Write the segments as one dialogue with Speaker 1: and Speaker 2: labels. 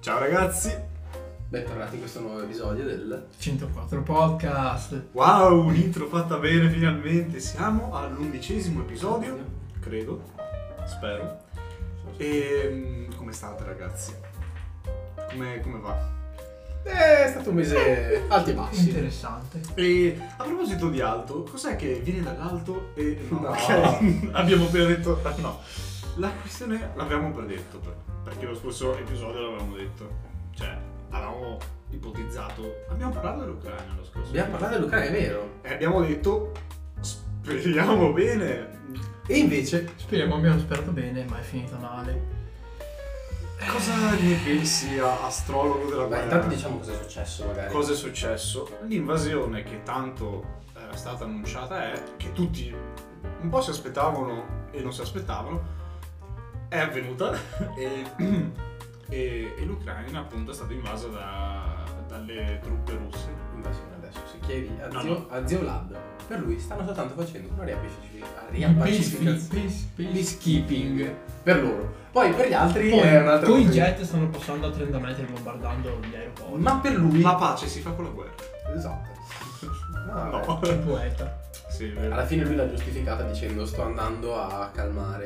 Speaker 1: Ciao ragazzi!
Speaker 2: Bentornati in questo nuovo episodio del
Speaker 3: 104 podcast.
Speaker 1: Wow, un'intro fatta bene finalmente! Siamo all'undicesimo episodio, credo, spero. E mm, come state ragazzi? Come, come va?
Speaker 2: Eh, È stato un mese alti e bassi.
Speaker 3: Interessante.
Speaker 1: E a proposito di alto, cos'è che viene dall'alto e...
Speaker 2: No.
Speaker 1: ok, abbiamo appena detto... No, la questione l'abbiamo predetto, per- perché lo scorso episodio l'avevamo detto. Cioè, avevamo ipotizzato... Abbiamo parlato dell'Ucraina lo scorso
Speaker 2: Abbiamo parlato dell'Ucraina, è vero.
Speaker 1: E Eh, abbiamo detto, speriamo bene.
Speaker 2: E invece,
Speaker 3: Speriamo abbiamo sperato bene, ma è finita male.
Speaker 1: Cosa ne pensi, a- astrologo della
Speaker 2: beh,
Speaker 1: guerra?
Speaker 2: intanto diciamo cosa è successo magari.
Speaker 1: Cosa è successo? L'invasione che tanto era stata annunciata è, che tutti un po' si aspettavano e non si aspettavano, è avvenuta e, e- e l'Ucraina appunto è stata invasa da- dalle truppe russe.
Speaker 2: Invasione adesso, se chiedi a,
Speaker 1: No,
Speaker 2: zio,
Speaker 1: no.
Speaker 2: a zio Lab, per lui stanno soltanto facendo una riappacificazione.
Speaker 3: Peace-
Speaker 2: Riappacificazione.
Speaker 3: peace- peace-
Speaker 2: Peacekeeping per loro. Poi per gli altri
Speaker 3: Poi,
Speaker 2: è un'altra
Speaker 3: poi i
Speaker 2: cosa.
Speaker 3: jet stanno passando a 30 metri bombardando gli aeroporti.
Speaker 2: Ma per lui...
Speaker 1: La pace si fa con la guerra.
Speaker 2: Esatto. No,
Speaker 1: No.
Speaker 3: Che poeta.
Speaker 1: Sì, è
Speaker 2: Alla
Speaker 1: vero.
Speaker 2: fine lui l'ha giustificata dicendo sto andando a calmare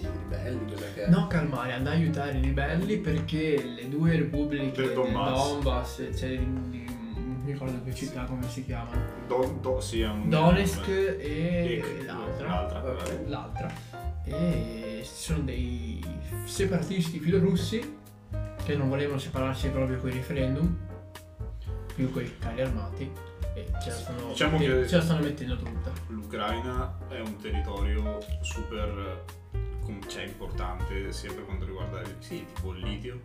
Speaker 2: i ribelli, cos'è che è?
Speaker 3: No, calmare, andai a aiutare i ribelli perché le due repubbliche
Speaker 1: Del
Speaker 3: del
Speaker 1: Donbass.
Speaker 3: Donbass, cioè di- di- non mi ricordo più città come si chiamano,
Speaker 1: Don, do- sì, è un-
Speaker 3: Donetsk
Speaker 1: E-
Speaker 3: e, e l'altra.
Speaker 1: l'altra.
Speaker 2: Vabbè.
Speaker 3: l'altra e ci sono dei separatisti filorussi che non volevano separarsi proprio con i referendum più con i carri armati e ce la stanno,
Speaker 1: Diciamo
Speaker 3: mettendo,
Speaker 1: che-
Speaker 3: ce la stanno mettendo tutta
Speaker 1: L'Ucraina è un territorio super com- cioè, importante sia per quanto riguarda il, sì, tipo il litio,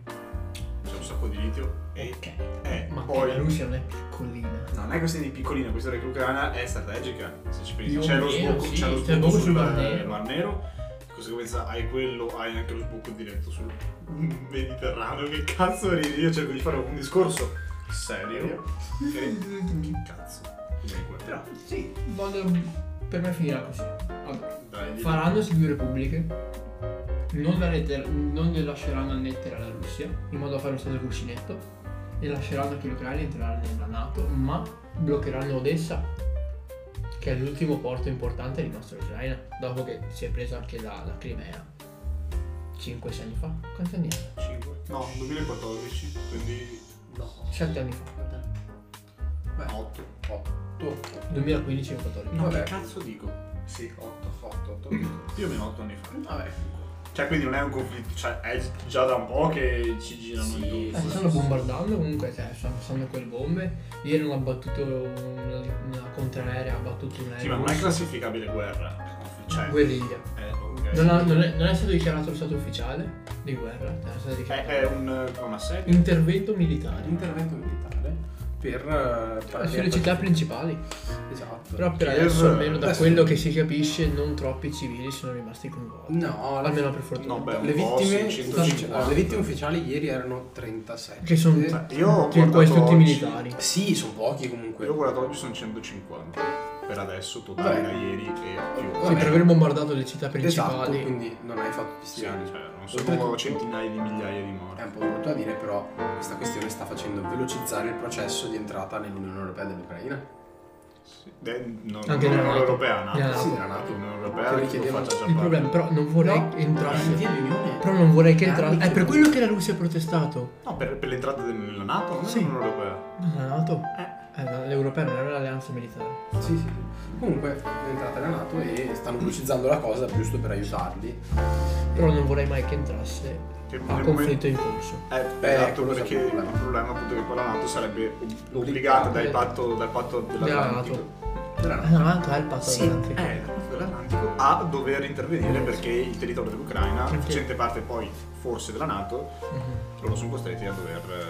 Speaker 1: c'è un sacco di litio e
Speaker 3: ok
Speaker 1: eh,
Speaker 3: ma poi la
Speaker 1: poi
Speaker 3: Russia non è piccolina
Speaker 1: non è questione di piccolina, questa che l'Ucraina è strategica, se ci pensi.
Speaker 3: Più o
Speaker 1: C'è lo
Speaker 3: meno,
Speaker 1: sbocco,
Speaker 3: sì,
Speaker 1: c'è lo
Speaker 3: c'è
Speaker 1: sbocco
Speaker 3: proprio
Speaker 1: sul
Speaker 3: sul
Speaker 1: Mar
Speaker 3: Mar
Speaker 1: Nero,
Speaker 3: Nero.
Speaker 1: di conseguenza hai quello, hai anche lo sbocco diretto sul Mediterraneo, che cazzo ridi? Io cerco di fare un discorso serio. Che che cazzo? Comunque,
Speaker 3: però sì voglio per me finirà così allora,
Speaker 1: dai, dimmi.
Speaker 3: faranno queste due repubbliche non, la rete- non le lasceranno annettere alla Russia in modo da fare uno stato cuscinetto e lasceranno che l'Ucraina entrerà nella Nato ma bloccheranno Odessa che è l'ultimo porto importante di nostra Ucraina dopo che si è presa anche la, la Crimea 5-6 anni fa quanti anni è?
Speaker 1: 5? No, 2014, quindi
Speaker 2: No.
Speaker 3: 7 anni fa
Speaker 2: Beh,
Speaker 1: 8.
Speaker 2: 8.
Speaker 3: 2015 14
Speaker 2: No, che
Speaker 1: cazzo dico? Sì,
Speaker 2: 8, 8, 8.
Speaker 1: più o meno 8 anni fa.
Speaker 2: Vabbè,
Speaker 1: Cioè, quindi non è un conflitto, cioè è già da un po' che ci girano
Speaker 2: Sì,
Speaker 1: i
Speaker 3: Eh,
Speaker 1: due.
Speaker 3: ci stanno bombardando comunque, cioè, stanno passando quelle bombe. Ieri hanno abbattuto una, una contraerea, ha abbattuto un aereo.
Speaker 1: Sì, ma non è classificabile guerra. Cioè,
Speaker 3: guerriglia.
Speaker 1: eh, ok.
Speaker 3: Non, ha- non è, non è stato dichiarato lo stato ufficiale di guerra, è stato
Speaker 1: È,
Speaker 3: dichiarato
Speaker 1: è
Speaker 2: Eh,
Speaker 1: un, è un assedio.
Speaker 3: intervento militare
Speaker 2: l'intervento militare per... eh, fare
Speaker 3: sulle città
Speaker 2: riappacific-
Speaker 3: principali.
Speaker 2: Esatto.
Speaker 3: Però per
Speaker 1: Kiev-
Speaker 3: adesso, almeno da
Speaker 2: adesso-
Speaker 3: quello che si capisce, non troppi civili sono rimasti coinvolti.
Speaker 2: No, alla
Speaker 3: Almeno per fortuna.
Speaker 1: No, beh,
Speaker 2: Le
Speaker 1: un po'
Speaker 2: vittime,
Speaker 1: sì,
Speaker 2: uffici-
Speaker 1: 150.
Speaker 2: allora, le vittime ufficiali ieri erano 37.
Speaker 3: Che son-
Speaker 2: Eh,
Speaker 1: Cioè, io ho
Speaker 3: Che poi
Speaker 1: guardato
Speaker 3: tutti
Speaker 1: oggi-
Speaker 3: militari.
Speaker 2: Sì, sono pochi comunque.
Speaker 1: Io ho guardato oggi sono 150. Per adesso, totale da
Speaker 2: Vabbè.
Speaker 1: ieri e più.
Speaker 2: Vabbè.
Speaker 3: Sì, per aver bombardato le città
Speaker 2: Esatto,
Speaker 3: principali.
Speaker 2: quindi non hai fatto
Speaker 1: Sì,
Speaker 2: questi anni.
Speaker 1: cioè, non
Speaker 2: Oltretutto-
Speaker 1: sono centinaia di migliaia di
Speaker 2: È
Speaker 1: morti.
Speaker 2: un po' brutto da dire, però questa questione sta facendo velocizzare il processo di entrata nell'Unione Europea dell'Ucraina.
Speaker 1: Sì. Eh, no,
Speaker 3: Anche
Speaker 1: non
Speaker 3: nella
Speaker 1: l'Unione
Speaker 3: Nato.
Speaker 1: Europea, no?
Speaker 3: Nella
Speaker 2: Sì,
Speaker 3: Nato.
Speaker 2: era nato.
Speaker 1: L'Unione
Speaker 2: Che
Speaker 1: Europea che lo
Speaker 2: richiedeva-
Speaker 1: faccia già
Speaker 3: Il problema, però, non vorrei
Speaker 2: No,
Speaker 3: entrasse.
Speaker 2: veramente l'Unione.
Speaker 3: Però non vorrei che
Speaker 2: Anni
Speaker 3: entrasse. È
Speaker 2: che-
Speaker 3: per quello che la Russia ha protestato.
Speaker 1: No, per, per l'entrata del- nella Nato, non
Speaker 3: Sì.
Speaker 1: nell'Unione Europea.
Speaker 3: No, La Nato? Eh, no, l'europea non era l'alleanza militare.
Speaker 2: Sì, sì, sì. Comunque è entrata la Nato e stanno pubblicizzando la cosa giusto per aiutarli.
Speaker 3: Però non vorrei mai che entrasse
Speaker 1: Che
Speaker 3: a
Speaker 1: nel
Speaker 3: conflitto in corso.
Speaker 1: Eh,
Speaker 2: Beh,
Speaker 1: esatto,
Speaker 2: quello
Speaker 1: perché
Speaker 2: sarebbe
Speaker 1: il
Speaker 2: un problema.
Speaker 1: problema appunto è che poi la Nato sarebbe obbligata dal
Speaker 3: eh.
Speaker 1: patto, dal patto
Speaker 3: Della
Speaker 1: dell'Atlantico.
Speaker 3: Nato.
Speaker 2: Della
Speaker 3: La
Speaker 2: Nato.
Speaker 3: Nato è il patto
Speaker 1: Sì,
Speaker 3: atlantico.
Speaker 1: eh, dal patto dell'Atlantico a dover intervenire perché il territorio dell'Ucraina,
Speaker 3: Perché?
Speaker 1: facente parte poi forse della Nato,
Speaker 3: Mhm.
Speaker 1: loro sono costretti a dover eh,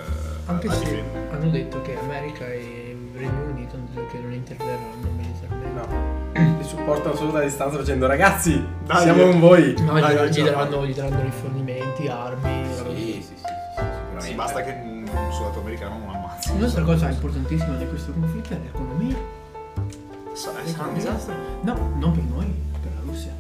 Speaker 3: Anche
Speaker 1: a
Speaker 3: se
Speaker 1: difendere.
Speaker 3: hanno detto che America e Regno Unito hanno detto che non interverranno militarmente.
Speaker 2: No. Li supportano solo da distanza facendo ragazzi,
Speaker 1: Dai,
Speaker 2: siamo
Speaker 1: eh."
Speaker 2: con voi.
Speaker 3: No,
Speaker 1: Dai,
Speaker 3: gli,
Speaker 1: dai,
Speaker 3: gli
Speaker 1: ciao.
Speaker 3: daranno, gli daranno rifornimenti, armi.
Speaker 2: Sì, sì, sì,
Speaker 3: robe così.
Speaker 2: sì, sì, sicuramente.
Speaker 1: Sì, eh. basta che un soldato americano non ammazzi.
Speaker 3: Un'altra cosa importantissima di questo conflitto è l'economia.
Speaker 1: Sa- sarà un disastro.
Speaker 3: Ah, No, non per noi, per la Russia.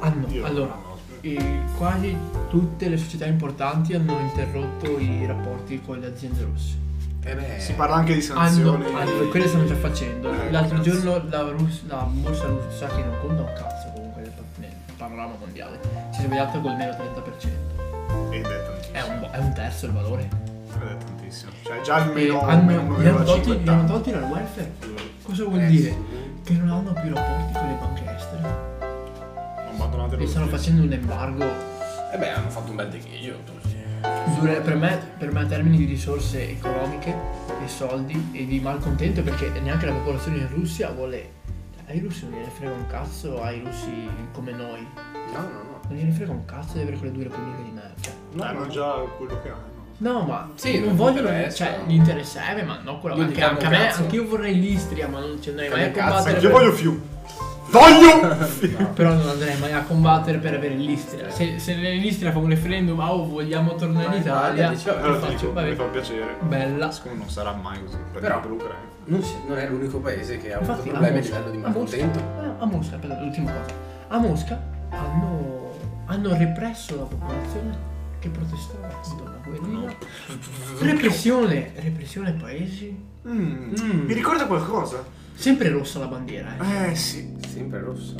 Speaker 3: Hanno,
Speaker 1: Dio,
Speaker 3: allora,
Speaker 1: no,
Speaker 3: eh, quasi tutte le società importanti hanno interrotto i rapporti con le aziende russe.
Speaker 2: Eh beh,
Speaker 1: Si parla anche di
Speaker 3: Hanno,
Speaker 1: sanzioni.
Speaker 3: hanno- quelle stanno già facendo.
Speaker 1: Eh,
Speaker 3: L'altro
Speaker 1: cazzo.
Speaker 3: giorno la, Rus- la borsa russa, che non conta un cazzo comunque nel, nel panorama mondiale, si è svegliata col meno 30%.
Speaker 1: Ed è tantissimo.
Speaker 3: È un, bo- è un terzo il valore.
Speaker 1: Ed è tantissimo. Cioè già il
Speaker 3: E
Speaker 1: meno,
Speaker 3: Eh, hanno,
Speaker 1: meno
Speaker 3: gli hanno tolti,
Speaker 1: 1,50.
Speaker 3: gli hanno tolti dal welfare. Cosa vuol
Speaker 2: eh,
Speaker 3: dire?
Speaker 2: sì.
Speaker 3: Che non hanno più rapporti con le banche estere.
Speaker 1: Hanno abbandonato
Speaker 3: E
Speaker 1: lo
Speaker 3: stanno
Speaker 1: zio.
Speaker 3: facendo un embargo
Speaker 2: Eh beh, hanno fatto un bel techeggio. tutti.
Speaker 3: Dura- per, me, per me a termini di risorse economiche e soldi e di malcontento perché neanche la popolazione in Russia vuole... cioè, Ai russi non gliene frega un cazzo, ai russi come noi.
Speaker 2: No, no, no.
Speaker 3: Non gliene frega un cazzo di avere quelle due repubbliche di merda.
Speaker 2: No,
Speaker 1: Hanno
Speaker 2: no.
Speaker 1: già quello che hanno.
Speaker 3: No, ma
Speaker 2: Sì,
Speaker 3: non
Speaker 2: non
Speaker 3: vogliono...
Speaker 2: interessa.
Speaker 3: Cioè, gli interesserebbe, ma no, quella...
Speaker 2: Non
Speaker 3: Anche,
Speaker 2: gli cambia
Speaker 3: anche a
Speaker 2: un
Speaker 3: me,
Speaker 2: cazzo.
Speaker 3: anche io vorrei l'Istria, ma non ci andrei mai a
Speaker 2: Cambia cazzo,
Speaker 3: combattere.
Speaker 1: Io
Speaker 3: per-
Speaker 1: voglio più. Voglio più.
Speaker 3: Però non andrei mai a combattere per avere l'Istria. Se, se l'Istria fa un referendum, ah, oh, vogliamo tornare
Speaker 2: Ma
Speaker 3: in
Speaker 2: in
Speaker 3: Italia,
Speaker 2: Italia diceva-
Speaker 1: Allora
Speaker 3: faccio,
Speaker 1: ti dico,
Speaker 3: vabbè.
Speaker 1: mi fa piacere.
Speaker 3: Bella.
Speaker 1: Siccome non sarà mai così, perché
Speaker 2: Però-
Speaker 1: per l'Ucraina.
Speaker 2: Non, si- non è l'unico paese che ha avuto
Speaker 3: Infatti, a
Speaker 2: problemi a
Speaker 3: Mosca,
Speaker 2: livello di
Speaker 3: a Mosca,
Speaker 2: malcontento.
Speaker 3: eh, a Mosca, aspetta, l'ultima cosa. A Mosca hanno, hanno represso la popolazione che protestava contro la guerriglia. Repressione, repressione ai paesi.
Speaker 1: Mm,
Speaker 2: Mm.
Speaker 1: Mi ricorda qualcosa?
Speaker 3: Sempre rossa la bandiera, eh.
Speaker 1: Eh sì.
Speaker 2: Sempre rosso.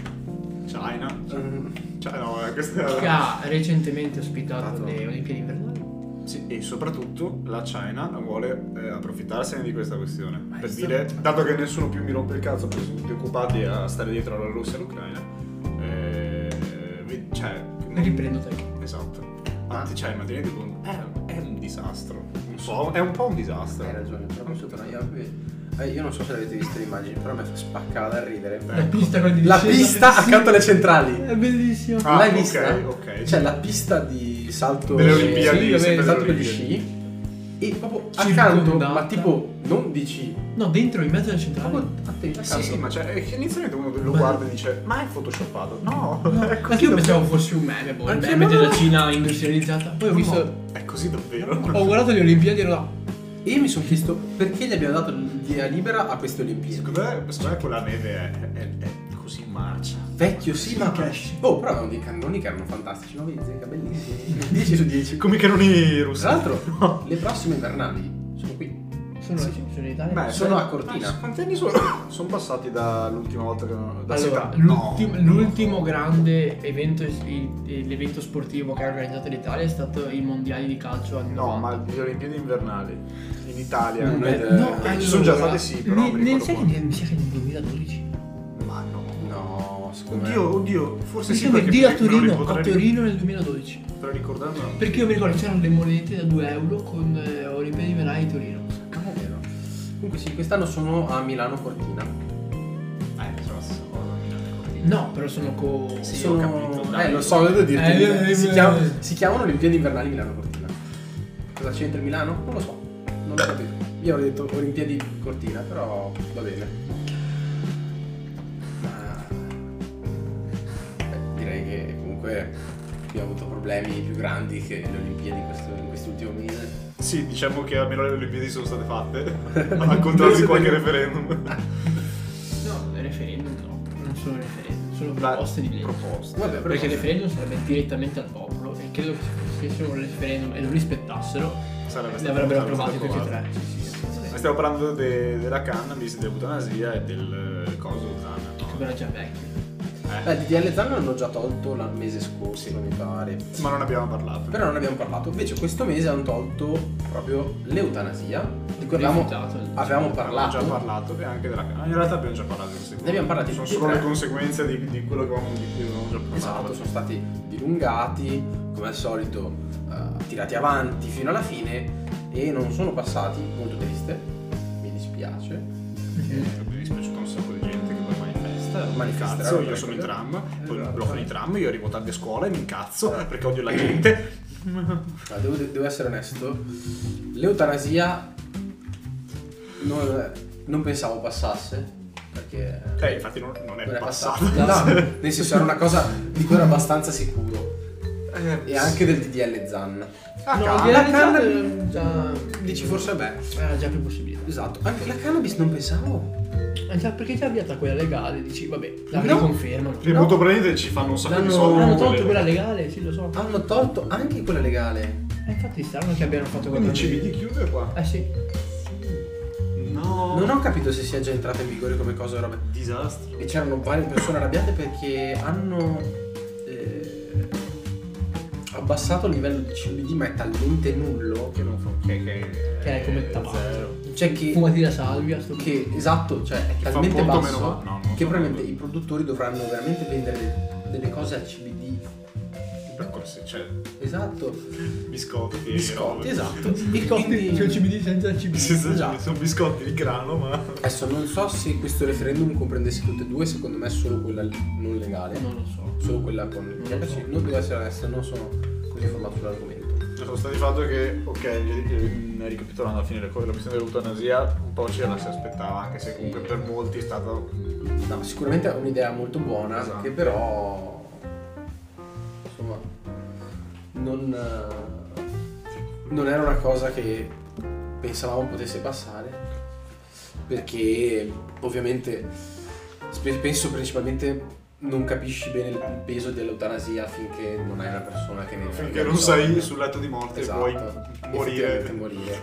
Speaker 1: China.
Speaker 2: Mm.
Speaker 1: China, no, eh, questa
Speaker 3: Che
Speaker 1: è...
Speaker 3: ha recentemente ospitato
Speaker 2: Fatto.
Speaker 3: le Olimpiadi invernali.
Speaker 1: Sì, e soprattutto la China vuole eh, approfittarsene di questa questione.
Speaker 2: Ma
Speaker 1: per
Speaker 2: è
Speaker 1: dire,
Speaker 2: stato-
Speaker 1: dato che nessuno più mi rompe il cazzo perché sono tutti occupati a stare dietro alla Russia e all'Ucraina, eh, vi- cioè... non-
Speaker 3: Riprendo te. Eh.
Speaker 1: Esatto. Anzi, cioè, ma tenete conto, cioè, è, è un disastro. Un po', è un po' un disastro.
Speaker 2: Hai
Speaker 3: Eh,
Speaker 2: ragione, però questo tra io, eh, io non so se l'avete visto le immagini, però mi ha spaccata a ridere.
Speaker 1: Eh.
Speaker 3: La pista con di
Speaker 2: ecco. La
Speaker 3: discesa.
Speaker 2: pista
Speaker 3: Sì,
Speaker 2: accanto alle centrali.
Speaker 3: È bellissimo.
Speaker 1: Ah,
Speaker 2: L'hai
Speaker 1: ok,
Speaker 2: vista?
Speaker 1: ok.
Speaker 2: Cioè la pista di salto
Speaker 1: Delle Olimpiadi,
Speaker 2: sì, vabbè,
Speaker 1: sempre delle
Speaker 2: salto di
Speaker 1: Olimpiadi.
Speaker 2: sci e proprio
Speaker 3: Circondata.
Speaker 2: accanto, ma tipo non di sci,
Speaker 3: No, dentro in mezzo alle centrali.
Speaker 2: proprio a te,
Speaker 1: Eh sì, sì, ma cioè, eh, che inizialmente uno lo
Speaker 3: Ma-
Speaker 1: guarda e dice, ma è photoshoppato? No,
Speaker 3: No,
Speaker 1: è
Speaker 3: anche
Speaker 1: così
Speaker 3: io
Speaker 1: davvero.
Speaker 3: pensavo fosse un meme, boh, il
Speaker 2: Anche
Speaker 3: meme
Speaker 2: no,
Speaker 3: della
Speaker 2: no.
Speaker 3: Cina industrializzata. Poi ho visto
Speaker 1: No, è così davvero.
Speaker 3: Ho guardato le Olimpiadi e ero là.
Speaker 2: E io mi sono chiesto perché gli abbiamo dato via libera a queste Olimpiadi.
Speaker 1: Secondo me, secondo me quella neve è, è- è così marcia.
Speaker 2: Vecchio sì, ma
Speaker 3: cash.
Speaker 2: Oh, però avevano dei cannoni che erano fantastici, ma vedi, che bellissimi. 10 su 10.
Speaker 1: Come i canoni russi.
Speaker 2: Tra l'altro, le prossime invernali sono qui.
Speaker 3: Sono,
Speaker 1: Sì.
Speaker 3: sono in Italia.
Speaker 1: Beh,
Speaker 2: Sono a Cortina.
Speaker 1: quanti anni sono? Sono passati dall'ultima volta che non... Da Sita-
Speaker 3: allora, l'ultim-
Speaker 1: no.
Speaker 3: l'ultimo grande evento, il- l'evento sportivo che ha organizzato l'Italia è stato i mondiali di calcio anni
Speaker 1: No,
Speaker 3: 90.
Speaker 1: ma le Olimpiadi invernali in Italia.
Speaker 2: Non è-
Speaker 1: eh,
Speaker 2: no,
Speaker 1: ci sono già state sì, però
Speaker 3: ne-
Speaker 1: non mi
Speaker 3: ne-
Speaker 1: ricordo
Speaker 3: sai che
Speaker 1: quando.
Speaker 3: ne- mi sa che nel 2012.
Speaker 1: Ma no.
Speaker 2: No, secondo
Speaker 1: Oddio, oddio, forse
Speaker 3: Mi
Speaker 1: sì,
Speaker 3: sembra
Speaker 1: perché
Speaker 3: di a
Speaker 1: me lo
Speaker 3: Torino,
Speaker 1: potrei-
Speaker 3: a Torino nel 2012.
Speaker 1: Potrei ricordarmi.
Speaker 3: Perché io mi ricordo c'erano le monete da 2 euro con eh, Olimpiadi Venali di Torino.
Speaker 2: Ah, è vero. Comunque sì, quest'anno sono a Milano Cortina.
Speaker 1: Eh, sono la stessa cosa, Milano e Cortina.
Speaker 3: No, però sono con...
Speaker 1: Sì,
Speaker 2: sono...
Speaker 1: ho capito, dai.
Speaker 2: Eh, lo so, devo dirti.
Speaker 3: Eh, eh, eh,
Speaker 2: si,
Speaker 3: eh.
Speaker 2: chiam- si chiamano le Olimpiadi invernali Milano Cortina. Cosa c'entra Milano? Non lo so. Non l'ho capito. Io avrei detto Olimpiadi Cortina, però va bene. Ma- Beh, direi che comunque abbiamo avuto problemi più grandi che le Olimpiadi questo- in quest'ultimo mese.
Speaker 1: Sì, diciamo che almeno le Olimpiadi sono state fatte. Al contrario di qualche referendum.
Speaker 3: No, referendum no. Non sono referendum, sono
Speaker 1: La-
Speaker 3: proposte di legge.
Speaker 1: Proposte.
Speaker 2: Vabbè, però
Speaker 3: Perché il referendum sarebbe direttamente al popolo e credo che se fossero un referendum e lo rispettassero,
Speaker 1: Sarebbe
Speaker 3: li
Speaker 1: stato-
Speaker 3: avrebbero
Speaker 1: sarebbe
Speaker 3: approvati
Speaker 1: stato
Speaker 3: tutti e
Speaker 1: approvato.
Speaker 3: tre. Sì, sì, sì,
Speaker 1: Ma
Speaker 3: sì.
Speaker 1: Eh, Stiamo parlando de- della cannabis, dell'eutanasia e del eh, coso Zana.
Speaker 3: Che
Speaker 1: no?
Speaker 3: però è già vecchio.
Speaker 1: Eh,
Speaker 2: Beh, di DL Zan l'hanno già tolto il mese scorso, mi pare.
Speaker 1: ma non abbiamo parlato.
Speaker 2: Però non ne abbiamo parlato. Invece questo mese hanno tolto proprio l'eutanasia, di cui abbiamo,
Speaker 3: Rifiutato.
Speaker 2: avevamo
Speaker 1: Abbiamo
Speaker 2: parlato.
Speaker 1: certo. già parlato e anche della cannabis. In realtà abbiamo già parlato. queste cose.
Speaker 2: Ne abbiamo parlati
Speaker 1: Sono
Speaker 2: tutti e
Speaker 1: solo le
Speaker 2: tre.
Speaker 1: conseguenze di, di quello che avevamo, di cui avevamo già parlato.
Speaker 2: Esatto, sono stati dilungati, come al solito, eh, tirati avanti fino alla fine e non sono passati, molto triste, mi dispiace.
Speaker 1: Eh, Mi è dispiaciuto un sacco di gente che poi manifesta.
Speaker 2: Manifesterà,
Speaker 1: Cazzo, io
Speaker 2: ecco.
Speaker 1: sono in tram, poi
Speaker 2: Esatto.
Speaker 1: bloccano i tram, io arrivo tardi a scuola e mi incazzo perché odio la gente.
Speaker 2: Ma devo, devo essere onesto, l'eutanasia non, non pensavo passasse, perché...
Speaker 1: Eh, infatti non, non è
Speaker 2: non è
Speaker 1: passato.
Speaker 2: passata. No, nel senso era una cosa di cui ero abbastanza sicuro.
Speaker 1: Eh,
Speaker 2: E anche del DDL Zan.
Speaker 1: Ah,
Speaker 3: No,
Speaker 1: cavolo.
Speaker 3: di
Speaker 2: canna-
Speaker 3: era già...
Speaker 2: Dici forse beh.
Speaker 3: Era già più possibilità.
Speaker 2: Esatto, anche la cannabis non pensavo.
Speaker 3: Eh, già, perché già avviata quella legale, dici, vabbè, la
Speaker 1: No.
Speaker 3: riconfermano.
Speaker 1: Perché molto probabilmente ci fanno un sacco di
Speaker 3: L'hanno,
Speaker 1: soldi.
Speaker 3: l'hanno
Speaker 1: con quelle
Speaker 3: tolto quella
Speaker 1: robe.
Speaker 3: legale, sì, lo so.
Speaker 2: Hanno tolto anche quella legale.
Speaker 3: Eh, infatti strano che abbiano fatto quella
Speaker 1: Quindi ci vedi chiudere qua.
Speaker 3: Eh sì.
Speaker 2: Eh.
Speaker 1: No.
Speaker 2: Non ho capito se sia già entrata in vigore come cosa o roba.
Speaker 1: Disastro.
Speaker 2: E c'erano varie persone arrabbiate perché hanno eh, abbassato il livello di CBD, ma è talmente nullo che non fa.
Speaker 1: Che, che,
Speaker 3: Che è come tabacco.
Speaker 1: zero.
Speaker 2: Cioè che,
Speaker 3: Fumati la salvia, sto
Speaker 2: che esatto, cioè è
Speaker 1: Che fa
Speaker 2: talmente
Speaker 1: molto
Speaker 2: basso
Speaker 1: meno male. No, non
Speaker 2: che
Speaker 1: so.
Speaker 2: probabilmente i produttori dovranno veramente vendere de- delle cose al CBD.
Speaker 1: Per corsi, cioè,
Speaker 2: Esatto,
Speaker 1: biscotti. eh,
Speaker 2: biscotti,
Speaker 1: robe.
Speaker 2: esatto.
Speaker 3: Il
Speaker 2: Quindi-
Speaker 3: cioè CBD senza il CBD.
Speaker 1: Sì, sì,
Speaker 2: Esatto.
Speaker 1: Sono biscotti di grano, ma.
Speaker 2: Adesso non so se questo referendum comprendesse tutte e due, secondo me solo quella non legale,
Speaker 3: Eh, Non lo so.
Speaker 2: solo quella con il
Speaker 3: Non lo so.
Speaker 2: THC. Non devo essere onesto, non sono così informato sull'argomento.
Speaker 1: Sono stato di fatto che, ok, gli- gli- ricapitolando alla fine le cose, la questione dell'eutanasia un po' ce la si aspettava, anche se comunque per molti è stato
Speaker 2: No, sicuramente è un'idea molto buona,
Speaker 1: Esatto.
Speaker 2: che però insomma non, eh, non era una cosa che pensavamo potesse passare perché ovviamente spe- penso principalmente non capisci bene il peso dell'eutanasia finché non hai una persona che ne
Speaker 1: finché non sei sul letto di morte
Speaker 2: esatto,
Speaker 1: e puoi morire.
Speaker 2: effettivamente morire.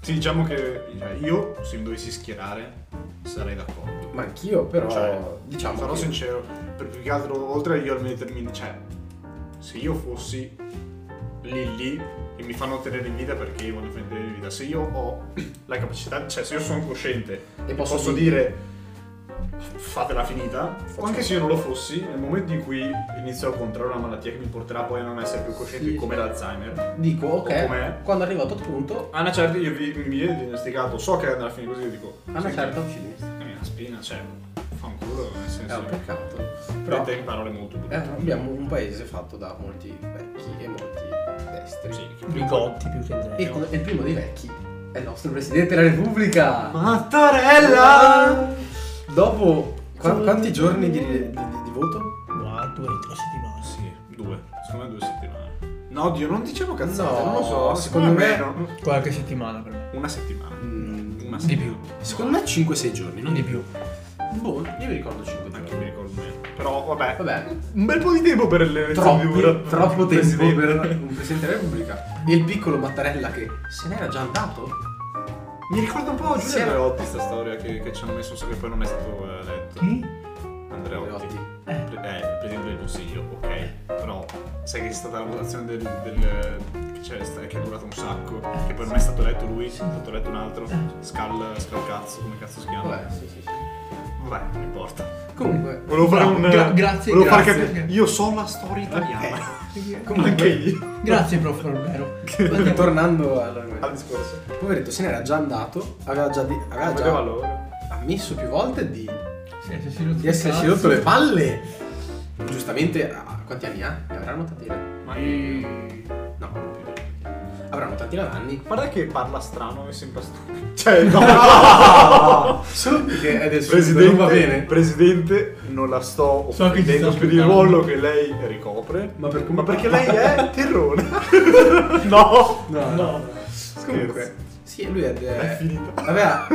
Speaker 1: Sì, diciamo che cioè, io se mi dovessi schierare sarei d'accordo.
Speaker 2: Ma anch'io però
Speaker 1: Cioè,
Speaker 2: diciamo
Speaker 1: Sarò
Speaker 2: che-
Speaker 1: sincero, per più che altro oltre io al determinato, cioè se io fossi lì lì e mi fanno tenere in vita perché io voglio tenere in vita, se io ho la capacità, cioè se io sono cosciente
Speaker 2: e
Speaker 1: posso, dire fatela finita o anche se io non lo fossi nel momento in cui inizio a contrarre una malattia che mi porterà poi a non essere più cosciente
Speaker 2: Sì,
Speaker 1: come
Speaker 2: sì.
Speaker 1: l'Alzheimer
Speaker 2: dico ok
Speaker 1: Com'è?
Speaker 2: quando arrivo a tot punto
Speaker 1: a una certa io vi- mi viene diagnosticato so che andrà a finire così io dico
Speaker 2: a una
Speaker 1: "Senti,
Speaker 2: certa uccidimi
Speaker 1: eh, la spina cioè fa un culo nel
Speaker 2: è
Speaker 1: senso
Speaker 2: un peccato però
Speaker 1: però te in parole molto
Speaker 2: eh,
Speaker 1: brutte
Speaker 2: abbiamo un paese fatto da molti vecchi e molti destri
Speaker 1: sì, che
Speaker 3: Bigotti più che
Speaker 2: e,
Speaker 3: Andrea.
Speaker 2: con- e il primo dei vecchi è il nostro presidente della repubblica
Speaker 1: Mattarella
Speaker 2: dopo qua- quanti giorni di, di- di- di voto?
Speaker 3: Ma due o tre settimane.
Speaker 1: sì due secondo me due settimane no Dio non diciamo cazzate
Speaker 2: No,
Speaker 1: non lo so
Speaker 2: secondo me-
Speaker 1: no.
Speaker 3: Qualche settimana per me.
Speaker 1: una settimana
Speaker 2: Mm,
Speaker 1: una settimana
Speaker 3: Di più.
Speaker 2: secondo me 5-6 giorni
Speaker 3: Non di più.
Speaker 2: boh io mi ricordo 5
Speaker 1: Anche
Speaker 2: giorni
Speaker 1: io mi ricordo meno. Però vabbè,
Speaker 2: vabbè
Speaker 1: un bel po' di tempo per le
Speaker 2: troppi, troppo tempo
Speaker 1: Presidente.
Speaker 2: per un presidente della repubblica e il piccolo Mattarella che se n'era già andato
Speaker 1: Mi ricorda un po'
Speaker 2: Sì.
Speaker 1: Giulio Andreotti sta storia che, che ci hanno messo, so che poi non è stato eh, letto.
Speaker 3: Chi?
Speaker 1: Andreotti.
Speaker 2: Andreotti.
Speaker 1: Pre- eh, il presidente del consiglio, ok. Però sai che c'è stata la votazione del... del- che, c'è sta- che è durata un sacco, che poi non è stato letto lui, è stato letto un altro, Scal, Scal cazzo, come cazzo si chiama?
Speaker 2: Vabbè, sì, sì, sì.
Speaker 1: Vabbè, non importa.
Speaker 2: Comunque,
Speaker 1: Volevo fare
Speaker 3: Bravo,
Speaker 1: un...
Speaker 3: gra- grazie,
Speaker 1: Volevo far
Speaker 3: grazie.
Speaker 1: capire... Io so la storia italiana.
Speaker 2: comunque-
Speaker 1: Anche io.
Speaker 3: Grazie, prof. Barbero.
Speaker 2: Quindi,
Speaker 3: Andiamo.
Speaker 2: tornando
Speaker 1: Al
Speaker 2: all'argomento,
Speaker 1: discorso.
Speaker 2: poveretto se n'era già andato, aveva già, di-
Speaker 1: Vedeva
Speaker 2: aveva Ah, già
Speaker 1: allora.
Speaker 2: ammesso più volte di,
Speaker 3: Sì, se si rotto
Speaker 2: di
Speaker 3: il
Speaker 2: essersi
Speaker 3: cazzo.
Speaker 2: rotto le palle. Giustamente, a- quanti anni ha? Ne avranno tantina?
Speaker 1: Ma
Speaker 2: No, non più. Avranno tantina d'anni.
Speaker 1: Guarda che parla strano, è sempre stupido. Cioè, no.
Speaker 2: Solo perché è del sud,
Speaker 1: presidente,
Speaker 2: non va bene.
Speaker 1: presidente, non la sto
Speaker 3: So che ti
Speaker 1: offendendo
Speaker 3: sta
Speaker 1: per il
Speaker 3: ascoltando.
Speaker 1: ruolo che lei ricopre.
Speaker 2: Ma per come-
Speaker 1: Ma perché lei è terrone. no.
Speaker 2: No,
Speaker 3: No.
Speaker 2: Comunque, sì, lui è, de-
Speaker 1: È finita.
Speaker 2: aveva,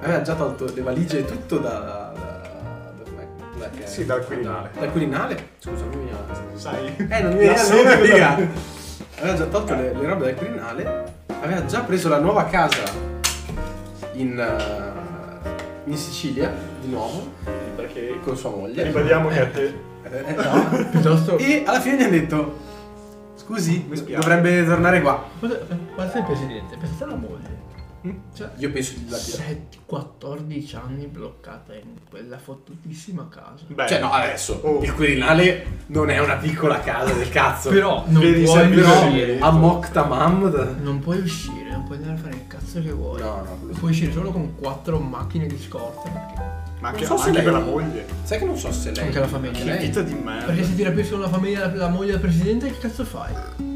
Speaker 2: aveva già tolto le valigie e tutto da... da, da- com'è- com'è che è?
Speaker 1: Sì, dal Quirinale.
Speaker 2: Dal Quirinale? Scusami, mi ha-
Speaker 1: Sai.
Speaker 2: Eh, non mi
Speaker 1: La
Speaker 2: viene
Speaker 1: sera
Speaker 2: la
Speaker 1: della-
Speaker 2: riga. Aveva già tolto le, le robe dal Quirinale, aveva già preso la nuova casa in, eh, in Sicilia, di nuovo,
Speaker 1: Perché
Speaker 2: con sua moglie.
Speaker 1: ribadiamo che a te
Speaker 2: Eh, eh, no.
Speaker 3: Piuttosto.
Speaker 2: E alla fine gli ha detto, scusi,
Speaker 1: Mi spiace."
Speaker 2: dovrebbe tornare qua.
Speaker 3: Cosa- Ma sei il presidente? Pensate alla moglie. Cioè,
Speaker 2: Io penso di Mm? la
Speaker 3: 7, 14 anni bloccata in quella fottutissima casa.
Speaker 1: Beh,
Speaker 2: Cioè no, adesso,
Speaker 1: Oh.
Speaker 2: il Quirinale non è una piccola casa del cazzo.
Speaker 3: Però non
Speaker 1: Vedi,
Speaker 3: puoi
Speaker 1: sempre
Speaker 2: Però
Speaker 1: Cioè, sì.
Speaker 3: uscire.
Speaker 2: a Mokhtamam... da-
Speaker 3: Non puoi uscire, non puoi andare a fare il cazzo che vuoi.
Speaker 2: No, Eh, no, quello sì.
Speaker 3: Puoi uscire solo con quattro macchine di scorta. Perché,
Speaker 1: ma anche,
Speaker 2: Non so se
Speaker 1: anche
Speaker 2: lei-
Speaker 1: per
Speaker 2: Eh.
Speaker 1: la moglie.
Speaker 2: Sai che non so se lei...
Speaker 3: Anche la famiglia.
Speaker 2: Anche
Speaker 1: Che
Speaker 2: lei
Speaker 1: vita di merda.
Speaker 3: perché se ti rapiscono la famiglia, la, la moglie del presidente, che cazzo fai?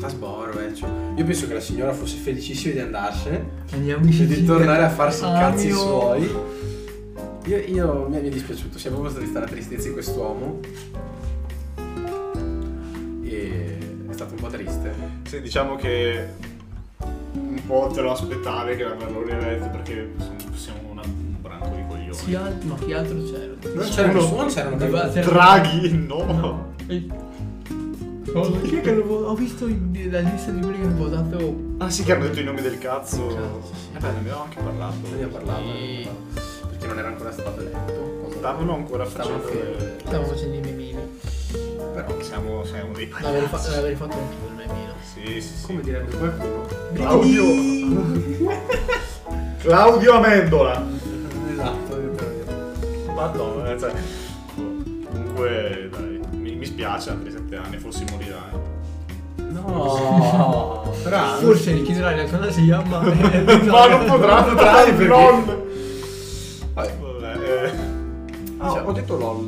Speaker 2: Fa sborro, eh, cioè, Io penso che la signora fosse felicissima di andarsene
Speaker 3: Andiamo in
Speaker 2: e di
Speaker 3: Sicilia. Ah,
Speaker 2: tornare a farsi i cazzi
Speaker 3: Amio.
Speaker 2: suoi. Io, io- mi mi è dispiaciuto, si è proprio stata la tristezza di quest'uomo. E è stato un po' triste.
Speaker 1: Sì, diciamo che un po' te lo aspettavi che la parlerete perché sono- siamo una- un branco di coglioni.
Speaker 3: Chi al- ma chi altro c'era?
Speaker 2: Non c'era
Speaker 1: Uno-
Speaker 2: nessuno, c'erano dei
Speaker 3: Doveva- c'era-
Speaker 1: Draghi, no.
Speaker 3: Oh, chi è che lo vo- ho visto il- la lista di quelli che hanno votato
Speaker 1: Ah sì che hanno detto i nomi del cazzo.
Speaker 2: Cazzo, sì.
Speaker 1: Eh beh, ne abbiamo anche parlato.
Speaker 2: Ne abbiamo parlato,
Speaker 3: Sì.
Speaker 2: ne abbiamo parlato. perché non era ancora stato eletto.
Speaker 1: Stavano ancora
Speaker 2: Stavano
Speaker 1: facendo...
Speaker 2: fermi.
Speaker 1: le-
Speaker 3: Stavamo facendo i memini.
Speaker 1: Però siamo, siamo dei
Speaker 3: L'avrei, fa- eh.
Speaker 1: pagliacci.
Speaker 3: l'avrei fatto anche io il memino.
Speaker 1: Sì, sì, sì.
Speaker 2: Come direbbe qualcuno?
Speaker 1: Claudio! Claudio Amendola!
Speaker 2: Esatto, io te lo dico.
Speaker 1: Madonna, cioè... Comunque, dai, mi, mi spiace a 37 anni, forse morirà. eh.
Speaker 2: No, però
Speaker 3: Forse richiederai la canaglia, ma...
Speaker 1: Ma non potrà
Speaker 2: Dai, perché-
Speaker 1: perché... Non...
Speaker 2: Vabbè,
Speaker 1: Vabbè, eh. Ah,
Speaker 2: Diciamo.
Speaker 1: ho detto LOL.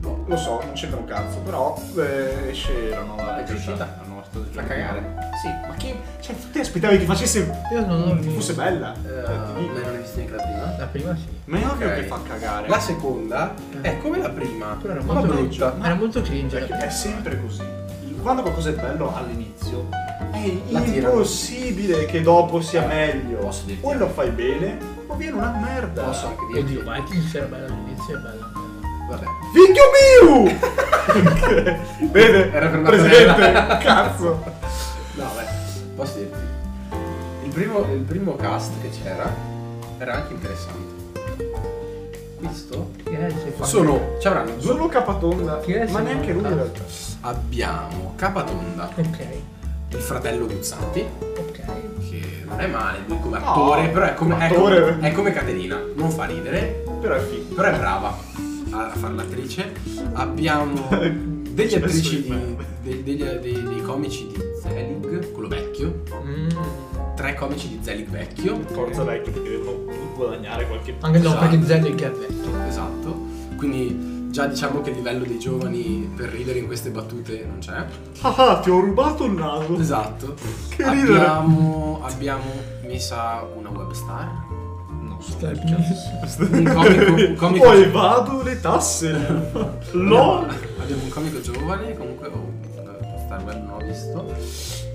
Speaker 2: no.
Speaker 1: Lo so, non c'entra un cazzo, però eh, esce la nuova
Speaker 2: È uscita?
Speaker 1: la nuova stagione.
Speaker 2: Da cagare?
Speaker 1: Sì, ma che... Cioè, tu ti aspettavi che facesse...
Speaker 3: Io non l'ho
Speaker 1: fosse
Speaker 3: visto.
Speaker 1: bella.
Speaker 2: Eh,
Speaker 1: Eh, ti dico.
Speaker 2: lei non è vista in creativa?
Speaker 3: La prima sì.
Speaker 1: Ma è ovvio
Speaker 2: Ok.
Speaker 1: che fa cagare.
Speaker 2: La seconda è come la prima,
Speaker 3: Però Eh. era
Speaker 2: ma
Speaker 3: molto
Speaker 2: brutta.
Speaker 3: cringe. Era molto cringe. la
Speaker 1: Perché è
Speaker 3: prima.
Speaker 1: sempre così. Quando qualcosa è bello all'inizio, è
Speaker 2: La tirano.
Speaker 1: impossibile che dopo sia meglio.
Speaker 2: Posso dirti-
Speaker 1: o lo fai bene, o viene una merda.
Speaker 2: Posso anche dire.
Speaker 3: Oddio, ma anche il cervello all'inizio è bello.
Speaker 2: Vabbè.
Speaker 1: Figlio mio! Vede,
Speaker 2: Era per una
Speaker 1: presidente,
Speaker 2: sorella.
Speaker 1: cazzo.
Speaker 2: No, beh, posso dirti. Il primo, il primo cast che c'era era anche interessante. Questo?
Speaker 3: Che è? Se fa-
Speaker 2: Sono. Ci avranno due.
Speaker 1: Solo Capatonda,
Speaker 3: Chi è
Speaker 1: ma
Speaker 3: se
Speaker 1: neanche
Speaker 3: non
Speaker 1: lui in
Speaker 3: cazzo?
Speaker 1: realtà.
Speaker 2: Abbiamo Capatonda,
Speaker 3: Ok,
Speaker 2: il fratello Guzzanti,
Speaker 3: ok.
Speaker 2: che non è male, lui come attore, però è come,
Speaker 1: come
Speaker 2: è come-
Speaker 1: attore.
Speaker 2: è come Caterina, non fa ridere,
Speaker 1: Però è figo.
Speaker 2: però è brava a fare l'attrice. Abbiamo
Speaker 1: Cioè,
Speaker 2: degli
Speaker 1: Spesso
Speaker 2: attrici,
Speaker 1: in me.
Speaker 2: di, de- degli- eh, dei, dei comici di Zelig, quello vecchio,
Speaker 3: Mm.
Speaker 2: tre comici di Zelig vecchio,
Speaker 1: Forza vecchio perché devono guadagnare qualche
Speaker 3: Anche no,
Speaker 2: Esatto.
Speaker 3: perché Zelig è vecchio.
Speaker 2: esatto, quindi già diciamo che il livello dei giovani per ridere in queste battute non c'è.
Speaker 1: Ah, ti ho rubato il naso.
Speaker 2: Esatto.
Speaker 1: Che ridere.
Speaker 2: abbiamo, abbiamo messa una webstar.
Speaker 1: Non so.
Speaker 3: Stai
Speaker 2: Un comico, un comico
Speaker 1: Poi vado le tasse. LOL.
Speaker 2: Abbiamo- Abbiamo un comico giovane, comunque oh, eh, Star Web non l'ho visto.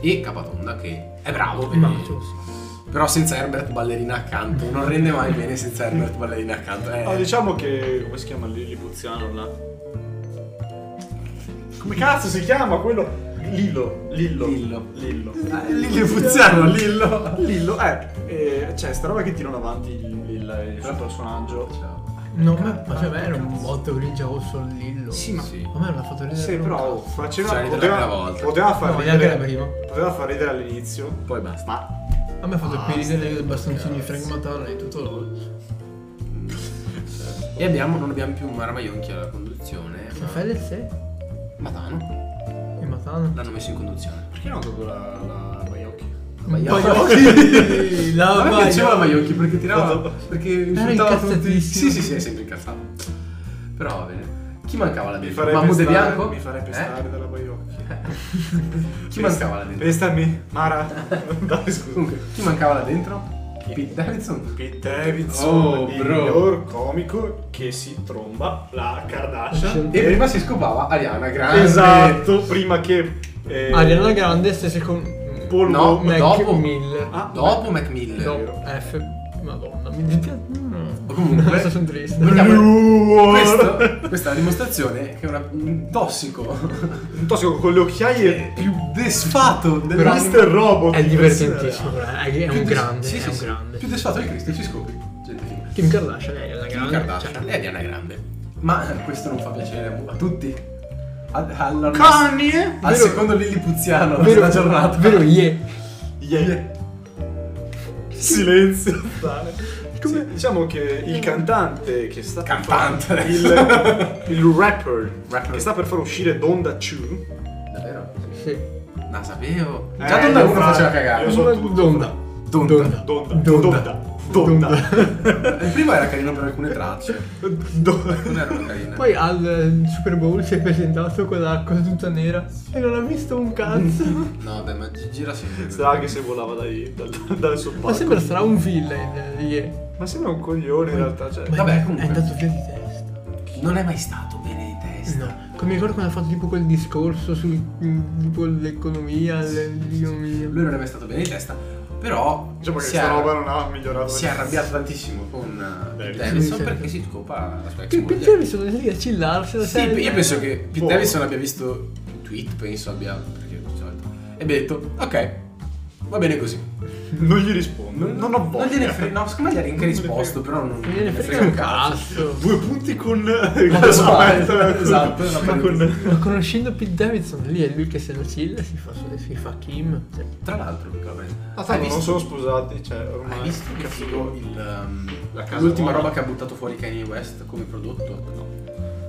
Speaker 2: E Capatonda che è bravo, perché-
Speaker 3: Ma tu sì.
Speaker 2: però senza Herbert ballerina accanto. Non rende mai bene senza Herbert ballerina accanto. Eh,
Speaker 1: Ah, diciamo che. come si chiama Lili Buziano là? Come cazzo si chiama quello? Lillo. Lillo.
Speaker 2: Lillo.
Speaker 1: Lillo.
Speaker 2: eh, Lillo Puziano, Lillo.
Speaker 1: Lillo, eh, eh, cioè, sta roba che tirano avanti il, il, il suo personaggio.
Speaker 3: No, ma, ma cioè, beh, era un botto cringe rosso il Lillo.
Speaker 1: Sì, ma-
Speaker 2: Sì.
Speaker 3: A me Eh, non ha fatto ridere.
Speaker 1: Sì,
Speaker 3: per un
Speaker 1: però
Speaker 3: cazzo.
Speaker 1: faceva.
Speaker 2: Cioè, ridere
Speaker 1: poteva,
Speaker 2: la prima volta.
Speaker 1: poteva far
Speaker 3: No, neanche la
Speaker 1: ridere.
Speaker 3: prima.
Speaker 1: Poteva far ridere all'inizio,
Speaker 2: Poi basta.
Speaker 1: ma.
Speaker 3: A me ha fatto
Speaker 1: Ah,
Speaker 3: più ridere il bastoncino di
Speaker 1: cazzo.
Speaker 3: Frank Matano e tutto lol.
Speaker 2: E abbiamo, non abbiamo più Mara Maionchi alla conduzione.
Speaker 3: Cioè,
Speaker 2: ma-
Speaker 3: Fedez e
Speaker 2: Matano.
Speaker 3: e Matano.
Speaker 2: L'hanno messo in conduzione.
Speaker 1: Perché non proprio la, la Baiocchi?
Speaker 3: Maiocchi!
Speaker 1: Ah,
Speaker 3: La
Speaker 2: A me piaceva
Speaker 3: Maiocchi.
Speaker 2: Maiocchi perché tirava. Perché insultava tutti. Sì,
Speaker 3: incazzatissimo.
Speaker 2: sì, sì, è sempre incazzato. Però va bene. Chi mancava là
Speaker 1: Mi
Speaker 2: dentro?
Speaker 1: farebbe
Speaker 2: Mahmood e
Speaker 1: stare-
Speaker 2: Bianco?
Speaker 1: Mi farebbe
Speaker 2: Eh?
Speaker 1: stare dalla Baiocchi.
Speaker 2: Chi mancava là dentro?
Speaker 1: Pestami, Mara. Dai, scusa.
Speaker 2: Comunque, chi mancava là dentro? Pete Davidson.
Speaker 1: Pete Davidson,
Speaker 2: Oh,
Speaker 1: il
Speaker 2: bro.
Speaker 1: miglior comico che si tromba la Kardashian.
Speaker 2: E prima si scopava Ariana Grande.
Speaker 1: Esatto, prima che eh,
Speaker 3: Ariana Grande stesse con...
Speaker 1: Paul
Speaker 2: No,
Speaker 1: Walker-
Speaker 3: Mac
Speaker 2: dopo.
Speaker 3: Miller.
Speaker 1: Ah,
Speaker 2: Dopo Mac Miller.
Speaker 3: Dopo F... Madonna, mi dispiace. No.
Speaker 2: Comunque-
Speaker 3: Adesso sono triste.
Speaker 1: Blue
Speaker 2: Questo-
Speaker 1: World.
Speaker 2: questa è la dimostrazione che è una- un tossico
Speaker 1: Un tossico con le occhiaie
Speaker 2: più desfato del
Speaker 3: Però-
Speaker 2: mondo.
Speaker 1: Mr. Robot.
Speaker 3: È divertentissimo, eh. è, è
Speaker 2: Più des-
Speaker 3: un grande,
Speaker 2: sì,
Speaker 3: è
Speaker 2: sì,
Speaker 3: un
Speaker 2: sì.
Speaker 3: grande.
Speaker 2: Più desfato di Cristo, ci scopri. Gente, fine.
Speaker 3: Kim Kardashian è la
Speaker 2: Kim
Speaker 3: grande. cioè,
Speaker 2: Kardashian e Ariana Grande. Ma questo non fa piacere a- a tutti. A- alla-
Speaker 1: Kanye?
Speaker 2: al
Speaker 3: vero-
Speaker 2: secondo Lillipuziano
Speaker 3: Vero,
Speaker 2: della giornata.
Speaker 3: Vero, yeah.
Speaker 1: Yeah. Silenzio. Come- Diciamo che il cantante che sta
Speaker 2: Cantante.
Speaker 1: il, il rapper,
Speaker 2: Rapper.
Speaker 1: che sta per far uscire Donda 2
Speaker 2: Davvero?
Speaker 3: Sì.
Speaker 2: No, sapevo.
Speaker 1: Eh,
Speaker 2: Già Donna
Speaker 1: io
Speaker 2: 1
Speaker 1: fra-
Speaker 2: faceva cagare.
Speaker 1: io so tutto.
Speaker 3: Donda.
Speaker 2: Donda.
Speaker 1: Donda
Speaker 3: Donda.
Speaker 1: Donda Donda,
Speaker 2: Il primo era carino per alcune tracce.
Speaker 1: Donda.
Speaker 2: Non erano carine.
Speaker 3: Poi al eh, Super Bowl si è presentato con la cosa tutta nera e non ha visto un cazzo.
Speaker 2: No, dai, ma gi- gira sempre.
Speaker 1: Sa che se volava dai- dal, dal suo palco.
Speaker 3: Ma sembra sarà un villain, eh, yeah.
Speaker 1: Ma sembra un coglione in realtà. Cioè,
Speaker 2: Ma- Vabbè,
Speaker 3: è
Speaker 2: comunque.
Speaker 3: andato via di testa.
Speaker 2: Non è mai stato bene di testa.
Speaker 3: No, come mi ricordo quando ha fatto tipo quel discorso sul tipo l'economia, l'economia.
Speaker 2: Lui non è mai stato bene di testa. Però
Speaker 1: Diciamo che
Speaker 2: si,
Speaker 1: questa
Speaker 2: arra-
Speaker 1: roba non ha migliorato.
Speaker 2: si è arrabbiato tantissimo con eh,
Speaker 1: Davidson.
Speaker 2: Pete Davidson
Speaker 3: Sì,
Speaker 2: perché si scopa la sua ex
Speaker 3: Pete
Speaker 2: moglie.
Speaker 3: Davidson è lì a chillarsela.
Speaker 2: Sì,
Speaker 3: sai? eh,
Speaker 2: io penso che Pete
Speaker 1: Boh.
Speaker 2: Davidson abbia visto un tweet, penso abbia. Perché di solito. E abbia detto, ok, va bene così.
Speaker 1: Non gli rispondo. Non, ho voglia.
Speaker 2: Non gliene frega. No, secondo me gli ha anche
Speaker 1: Non gliene
Speaker 2: risposto,
Speaker 1: frega.
Speaker 2: però non
Speaker 3: Non gliene
Speaker 2: non
Speaker 3: frega un cazzo.
Speaker 1: Due punti con.
Speaker 2: lo so,
Speaker 1: con-
Speaker 2: esatto, una
Speaker 1: con-
Speaker 2: presa.
Speaker 1: con-
Speaker 3: Ma conoscendo Pete Davidson, lì è lui che se lo chilla si fa, si fa Kim. Cioè,
Speaker 2: Tra l'altro, vabbè.
Speaker 1: Ah,
Speaker 2: hai
Speaker 1: tanto non
Speaker 2: visto-
Speaker 1: sono sposati, cioè ormai.
Speaker 2: Hai visto che
Speaker 1: Cazzo.
Speaker 2: figo il, um,
Speaker 1: La casa
Speaker 2: l'ultima
Speaker 1: nuova.
Speaker 2: roba che ha buttato fuori Kanye West come prodotto? No.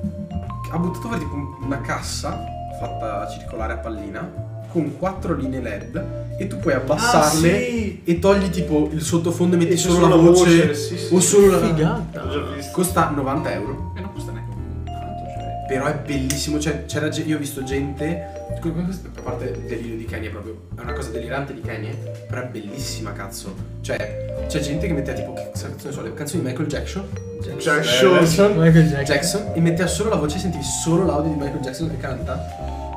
Speaker 2: Ha buttato fuori tipo un- una cassa fatta circolare a pallina con quattro linee LED e tu puoi abbassarle
Speaker 1: Ah, sì.
Speaker 2: e togli tipo il sottofondo e metti
Speaker 1: E c'è
Speaker 2: solo la voce,
Speaker 1: sì, sì.
Speaker 2: o solo la
Speaker 1: L'ho
Speaker 3: figata.
Speaker 1: già visto.
Speaker 2: Costa 90 euro,
Speaker 4: E non costa neanche tanto, cioè.
Speaker 2: però è bellissimo, cioè c'era ge- io ho visto gente a parte il delirio di Kanye proprio, è una cosa delirante di Kanye, però è bellissima cazzo. Cioè c'è gente che metteva tipo che canzoni so, le canzoni di Michael Jackson,
Speaker 1: Jackson.
Speaker 3: Michael Jackson.
Speaker 2: Jackson e metteva solo la voce e sentivi solo l'audio di Michael Jackson che canta.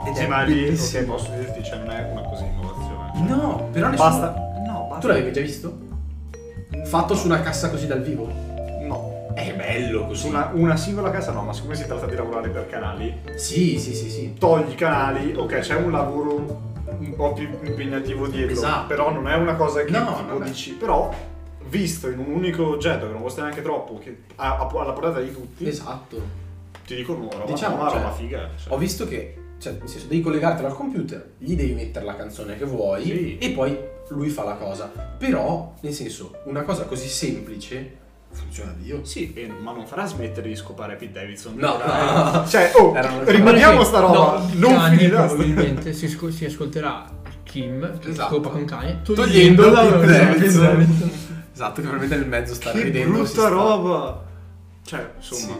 Speaker 2: Ed
Speaker 1: Sì,
Speaker 2: è
Speaker 1: ma lì ok,
Speaker 2: bellissimo.
Speaker 1: posso dirti, cioè, non è una così innovazione. cioè.
Speaker 2: No, però nessuno...
Speaker 1: Basta.
Speaker 4: No, basta.
Speaker 2: Tu l'avevi già visto? Fatto su una cassa così dal vivo?
Speaker 1: No.
Speaker 2: È bello
Speaker 1: Su
Speaker 2: così.
Speaker 1: una, una singola casa no, ma siccome si tratta di lavorare per canali,
Speaker 2: Sì, sì, sì, sì.
Speaker 1: togli i canali, ok, c'è un lavoro un po' più impegnativo dietro.
Speaker 2: Esatto.
Speaker 1: Però non è una cosa che
Speaker 2: No,
Speaker 1: tipo
Speaker 2: vabbè.
Speaker 1: dici. Però, visto in un unico oggetto che non costa neanche troppo, che ha- ha- alla portata di tutti,
Speaker 2: Esatto.
Speaker 1: ti dico no, roba,
Speaker 2: Diciamo,
Speaker 1: una
Speaker 2: cioè,
Speaker 1: roba figa. cioè.
Speaker 2: Ho visto che, cioè, nel senso, devi collegartelo al computer, gli devi mettere la canzone che vuoi
Speaker 1: Sì.
Speaker 2: e poi lui fa la cosa. Però, nel senso, una cosa così semplice funziona Dio.
Speaker 1: Sì, e- ma non farà smettere di scopare Pete Davidson.
Speaker 2: No,
Speaker 1: Dai.
Speaker 2: no.
Speaker 1: Cioè, oh,
Speaker 2: Erano-
Speaker 1: rimaniamo sta roba,
Speaker 3: No,
Speaker 1: non
Speaker 3: Kanye
Speaker 1: finirà.
Speaker 3: probabilmente si, ascol- si ascolterà Kim che
Speaker 2: Esatto.
Speaker 3: scopa con Kanye
Speaker 2: Togliendo Pete
Speaker 3: voce a
Speaker 2: Davidson.
Speaker 3: Pete Davidson.
Speaker 2: Esatto, che probabilmente nel mezzo sta
Speaker 1: Che
Speaker 2: ridendo. si
Speaker 1: brutta
Speaker 2: sta-
Speaker 1: roba. Cioè, insomma.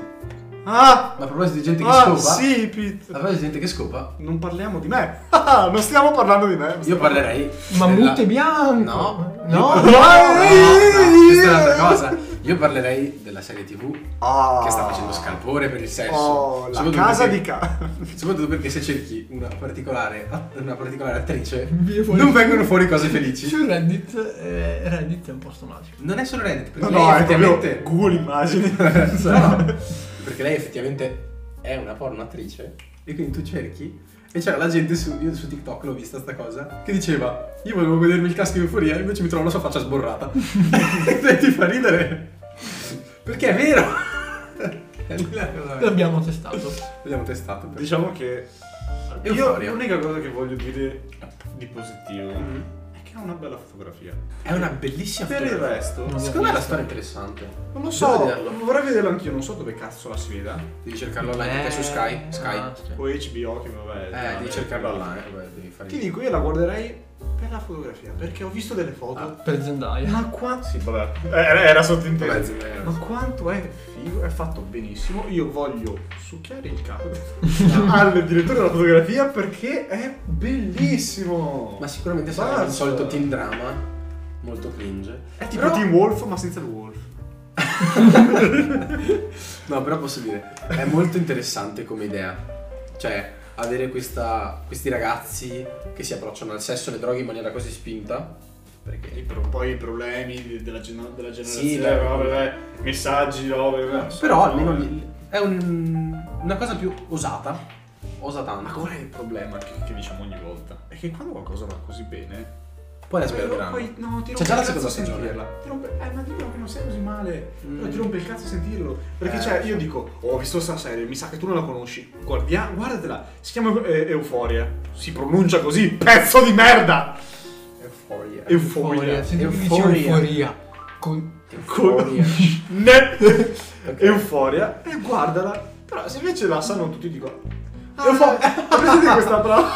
Speaker 1: Ah,
Speaker 2: Ma a proposito di gente che
Speaker 1: ah
Speaker 2: scopa,
Speaker 1: sì,
Speaker 2: a
Speaker 1: Pete.
Speaker 2: proposito di gente che scopa,
Speaker 1: Non parliamo di me. Ah, non stiamo parlando di me.
Speaker 2: io parlerei.
Speaker 3: Mammut
Speaker 2: della-
Speaker 3: e bianco
Speaker 2: No.
Speaker 3: no
Speaker 1: Io-
Speaker 2: No, no,
Speaker 1: Ehi!
Speaker 2: questa è un'altra cosa. Io parlerei della serie TV
Speaker 1: Ah.
Speaker 2: che sta facendo scalpore per il sesso.
Speaker 1: Oh, la
Speaker 2: Soprattutto
Speaker 1: casa
Speaker 2: perché-
Speaker 1: di ca.
Speaker 2: Soprattutto perché se cerchi una particolare, una particolare attrice,
Speaker 3: Viene fuori-
Speaker 2: non vengono fuori cose felici.
Speaker 3: su Reddit eh, Reddit è un posto magico
Speaker 2: Non è solo Reddit,
Speaker 1: No,
Speaker 2: perché lei
Speaker 1: no, è
Speaker 2: effettivamente.
Speaker 1: proprio Google immagini.
Speaker 2: No, no, perché lei effettivamente è una porno attrice. E quindi tu cerchi. E c'era la gente su, io su TikTok l'ho vista sta cosa. Che diceva: Io volevo godermi il casco di euforia, invece mi trovo la sua faccia sborrata. e ti fa ridere. Perché è vero. È lì la cosa vera.
Speaker 3: l'abbiamo testato
Speaker 2: L'abbiamo testato. però.
Speaker 1: Diciamo che io
Speaker 2: Euforia.
Speaker 1: l'unica cosa che voglio dire di positivo è che ha una bella fotografia.
Speaker 2: È una bellissima
Speaker 1: Per il
Speaker 2: fotografia.
Speaker 1: resto,
Speaker 3: No.
Speaker 2: Secondo me la storia è interessante.
Speaker 1: non lo
Speaker 2: Devo
Speaker 1: so,
Speaker 2: vederlo.
Speaker 1: vorrei vederlo anch'io, non so dove cazzo la sfida.
Speaker 2: Devi cercarlo online perché è su Sky. Sky.
Speaker 3: Eh, Ah, sì.
Speaker 1: O HBO che vabbè.
Speaker 2: Eh, devi cercarlo online. Vabbè, devi
Speaker 1: Ti
Speaker 2: fare.
Speaker 1: dico, io la guarderei per la fotografia, perché ho visto delle
Speaker 2: Ah.
Speaker 1: foto.
Speaker 3: per Zendaya
Speaker 1: Ma quanto. Sì, vabbè. Eh, Era, era sottinteso.
Speaker 2: Vabbè, zio,
Speaker 1: eh, Ma quanto è figo, è fatto benissimo. Io voglio succhiare il cavo al direttore della fotografia perché è bellissimo.
Speaker 2: Ma sicuramente sarà il
Speaker 1: Basta.
Speaker 2: solito teen drama. Molto cringe.
Speaker 1: È tipo
Speaker 2: Però-
Speaker 1: Team Wolf ma senza il Wolf.
Speaker 2: No, però posso dire, è molto interessante come idea. Cioè, avere questa- questi ragazzi che si approcciano al sesso e alle droghe in maniera così spinta. Perché.
Speaker 1: E pro- poi i problemi di- della, gen- della generazione,
Speaker 2: Eh. Sì, beh.
Speaker 1: robe, beh, messaggi, robe, beh, non so,
Speaker 2: Però
Speaker 1: no.
Speaker 2: almeno li- è un- una cosa più osata. Osa
Speaker 1: Ma
Speaker 2: tanto.
Speaker 1: qual è il problema che, che diciamo ogni volta? È che quando qualcosa va così bene...
Speaker 2: Poi la
Speaker 1: però
Speaker 2: sperderanno.
Speaker 1: Poi, no, ti
Speaker 2: C'è
Speaker 1: rompe
Speaker 2: già la
Speaker 1: il cazzo
Speaker 2: seconda stagione.
Speaker 1: sentirla. Ti rompe, eh, ma dillo che non sei così male.
Speaker 2: Mm.
Speaker 1: Però ti rompe il cazzo sentirlo. Perché
Speaker 2: Eh.
Speaker 1: cioè, io dico, "Oh, ho visto sta serie, mi sa che tu non la conosci. Guardia, guardatela. Si chiama eh, Euforia. Si pronuncia così, pezzo di merda!
Speaker 2: Euforia.
Speaker 1: Euforia.
Speaker 3: senti che dici
Speaker 2: Euforia.
Speaker 3: euforia con
Speaker 2: Euforia.
Speaker 1: Ne!
Speaker 2: Ok.
Speaker 1: Euforia. E guardala. Però se invece la sanno tutti, dico... Euforia. Prendete questa parola.
Speaker 2: Ah,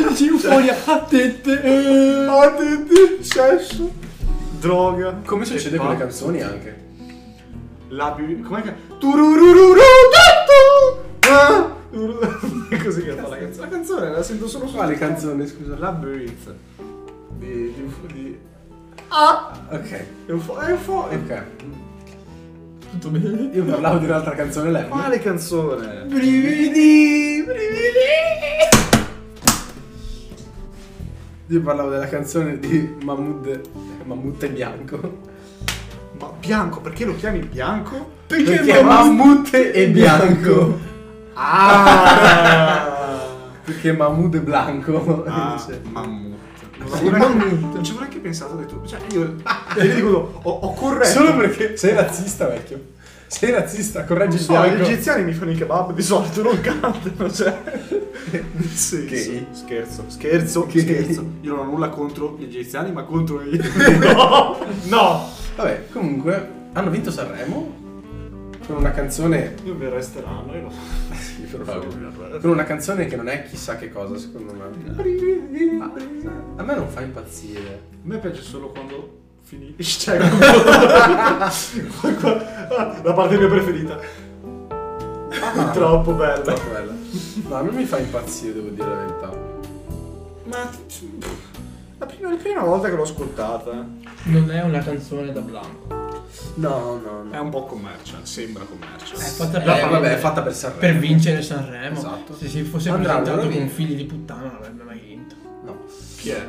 Speaker 3: E dici euforia a tette eh.
Speaker 1: Attenti, sesso. Droga.
Speaker 2: Come succede
Speaker 1: E
Speaker 2: con le
Speaker 1: pa-
Speaker 2: canzoni anche.
Speaker 1: La bi- com'è che tururururu tutto! Ah! Tururu- È così che fa la canzone. La canzone la sento solo su
Speaker 2: Quale canzone, scusa?
Speaker 1: Labyrinth di di, di... Ah!
Speaker 2: Ok,
Speaker 1: Eufo- eufo-
Speaker 2: ok.
Speaker 3: tutto bene
Speaker 2: Io parlavo di un'altra canzone, lei.
Speaker 1: Quale canzone?
Speaker 3: brividi brividi
Speaker 2: Io parlavo della canzone di Mahmood, Mahmood è bianco.
Speaker 1: Ma bianco, perché lo chiami bianco?
Speaker 2: Perché,
Speaker 1: Mahmood-
Speaker 2: Mahmood è bianco.
Speaker 1: Ah!
Speaker 2: Perché Mahmood è blanco.
Speaker 1: ah
Speaker 2: Dice.
Speaker 1: mammut. Non
Speaker 2: Sì,
Speaker 1: avevo neanche-
Speaker 2: mammut.
Speaker 1: non ci avevo neanche pensato, ho detto, cioè io io dico, ho, ho corretto.
Speaker 2: Solo perché sei razzista, vecchio. Sei razzista,
Speaker 1: Non
Speaker 2: correggi il
Speaker 1: so,
Speaker 2: bianco.
Speaker 1: gli egiziani mi fanno i kebab di solito, non cantano, cioè. Nel senso.
Speaker 2: Gay.
Speaker 1: Scherzo, scherzo,
Speaker 2: Gay.
Speaker 1: scherzo. Io non ho nulla contro gli egiziani, ma contro gli. no! No!
Speaker 2: Vabbè, comunque, hanno vinto Sanremo con una canzone.
Speaker 1: Io mi resteranno, io lo
Speaker 2: Con una canzone che non è chissà che cosa, secondo me.
Speaker 1: A
Speaker 2: Ah, A me non fa impazzire.
Speaker 1: me piace solo quando finisce. Cioè, quando- quando- ah, la parte mia preferita. Ah. Troppo bella.
Speaker 2: Troppo bella. No, a me mi fa impazzire, devo dire la verità.
Speaker 1: Ma. La prima, la prima volta che l'ho ascoltata eh.
Speaker 3: Non è una canzone da blanco.
Speaker 2: No, no, no.
Speaker 1: è un po' commercial, sembra commercial.
Speaker 3: È fatta
Speaker 2: Eh,
Speaker 3: per,
Speaker 2: vabbè, è fatta per Sanremo.
Speaker 3: per vincere Sanremo.
Speaker 2: Esatto.
Speaker 3: Se si fosse
Speaker 2: Andranno,
Speaker 3: presentato
Speaker 2: allora
Speaker 3: con
Speaker 2: vi-
Speaker 3: figli di puttana non avrebbe mai vinto.
Speaker 2: No.
Speaker 1: Chi è?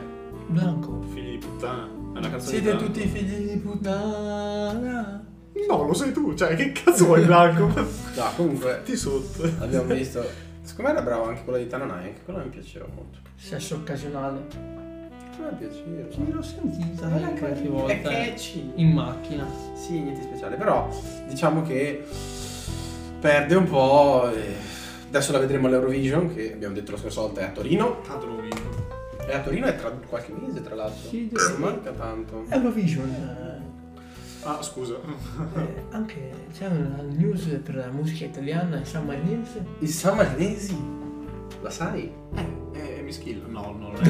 Speaker 3: Blanco.
Speaker 1: Figli di puttana. È una canzone
Speaker 2: Siete
Speaker 1: di Blanco.
Speaker 2: tutti figli di puttana.
Speaker 1: No, lo sei tu, cioè che cazzo vuoi Blanco?
Speaker 2: No, comunque,
Speaker 1: Ti sotto.
Speaker 2: abbiamo visto. Secondo me era bravo anche quella di Tananai, anche quella mi piaceva molto.
Speaker 3: Sesso occasionale.
Speaker 2: Quella mi piaceva.
Speaker 3: Mi l'ho sentita
Speaker 2: Quella
Speaker 3: qualche
Speaker 2: che-
Speaker 3: volta. eh,
Speaker 2: è catchy.
Speaker 3: In macchina.
Speaker 2: Sì, niente speciale, però diciamo che perde un po'. eh, Adesso la vedremo all'Eurovision, che abbiamo detto la scorsa volta è a Torino.
Speaker 1: Tanto non vinco.
Speaker 2: E a Torino è tra qualche mese, tra l'altro.
Speaker 3: Sì,
Speaker 2: non
Speaker 3: sì.
Speaker 2: manca tanto.
Speaker 3: Eurovision. eh,
Speaker 1: Ah, scusa.
Speaker 3: eh, anche c'è una news per la musica italiana e San Marinese.
Speaker 2: I Samaresi, la sai?
Speaker 1: Eh, mi skill. No, no, non è.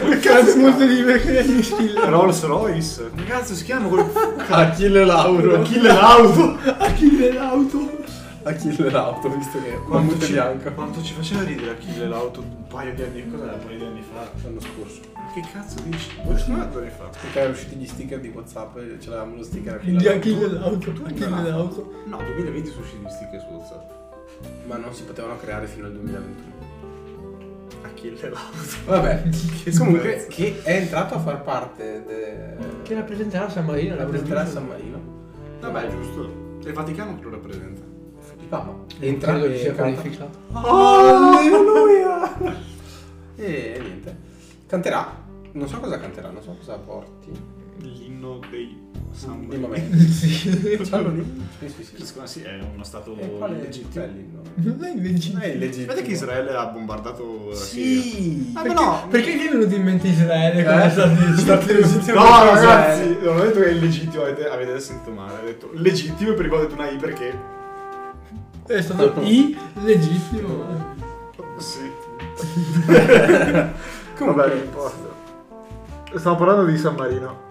Speaker 1: Come si chiama?
Speaker 3: di mi skill.
Speaker 1: Cioè, Rolls Royce. Come cazzo si chiama quel
Speaker 2: Achille Lauro.
Speaker 1: Achille Laudo?
Speaker 3: Achille l'auto.
Speaker 2: Achille Lauro, visto che è
Speaker 1: Quanto
Speaker 2: molto
Speaker 1: ci,
Speaker 2: bianco.
Speaker 1: quanto ci faceva ridere Achille Laudo un paio di anni fa? Un paio di anni fa.
Speaker 2: L'anno scorso.
Speaker 1: Ma Che cazzo dici? Quanto anni fa?
Speaker 2: Perché erano usciti gli sticker di Whatsapp e ce l'avevamo lo sticker Achille
Speaker 3: Di
Speaker 2: Lauro.
Speaker 3: Achille l'auto.
Speaker 1: Tu
Speaker 3: Achille
Speaker 1: ignorante.
Speaker 3: l'auto.
Speaker 1: No, 2020 sono usciti gli sticker su WhatsApp.
Speaker 2: Ma non si potevano creare fino al 2021.
Speaker 1: Achille Laudo.
Speaker 2: Vabbè,
Speaker 1: Che
Speaker 2: comunque
Speaker 1: pezzo.
Speaker 2: che è entrato a far parte de...
Speaker 3: Che rappresenterà San Marino. alla
Speaker 2: rappresenterà
Speaker 3: Eurovision.
Speaker 2: San Marino.
Speaker 1: Vabbè, giusto. È il Vaticano che lo rappresenta.
Speaker 2: Il Papa. Entra
Speaker 3: Credo che
Speaker 2: e
Speaker 3: sia
Speaker 2: canta.
Speaker 3: qualificato.
Speaker 2: Alleluia! e niente. Canterà. Non so cosa canterà, non so cosa porti.
Speaker 1: L'inno dei San
Speaker 2: Di
Speaker 1: Marino.
Speaker 2: momento.
Speaker 3: Sì.
Speaker 2: C'hanno lì? Sì, sì, sì.
Speaker 1: Secondo me sì, Eh, è uno stato
Speaker 2: E quale
Speaker 1: legittimo.
Speaker 2: no?
Speaker 3: Non è
Speaker 2: Non
Speaker 3: legittimo.
Speaker 2: è illegittimo.
Speaker 1: Sapete che Israele ha bombardato la Siria?
Speaker 2: Sì!
Speaker 1: Ah,
Speaker 3: Perché,
Speaker 1: ma no,
Speaker 3: perché gli è venuto in mente Israele con
Speaker 2: Eh?
Speaker 3: la statistica?
Speaker 2: Stato illegittimo
Speaker 1: No,
Speaker 2: per
Speaker 1: ragazzi,
Speaker 2: Israele.
Speaker 1: non ho detto che è illegittimo, avete, avete sentito male. Ho detto legittimo e prima ho detto una I perché.
Speaker 3: È stato I legittimo.
Speaker 1: Sì.
Speaker 2: Comunque,
Speaker 1: importa. Stiamo parlando di San Marino.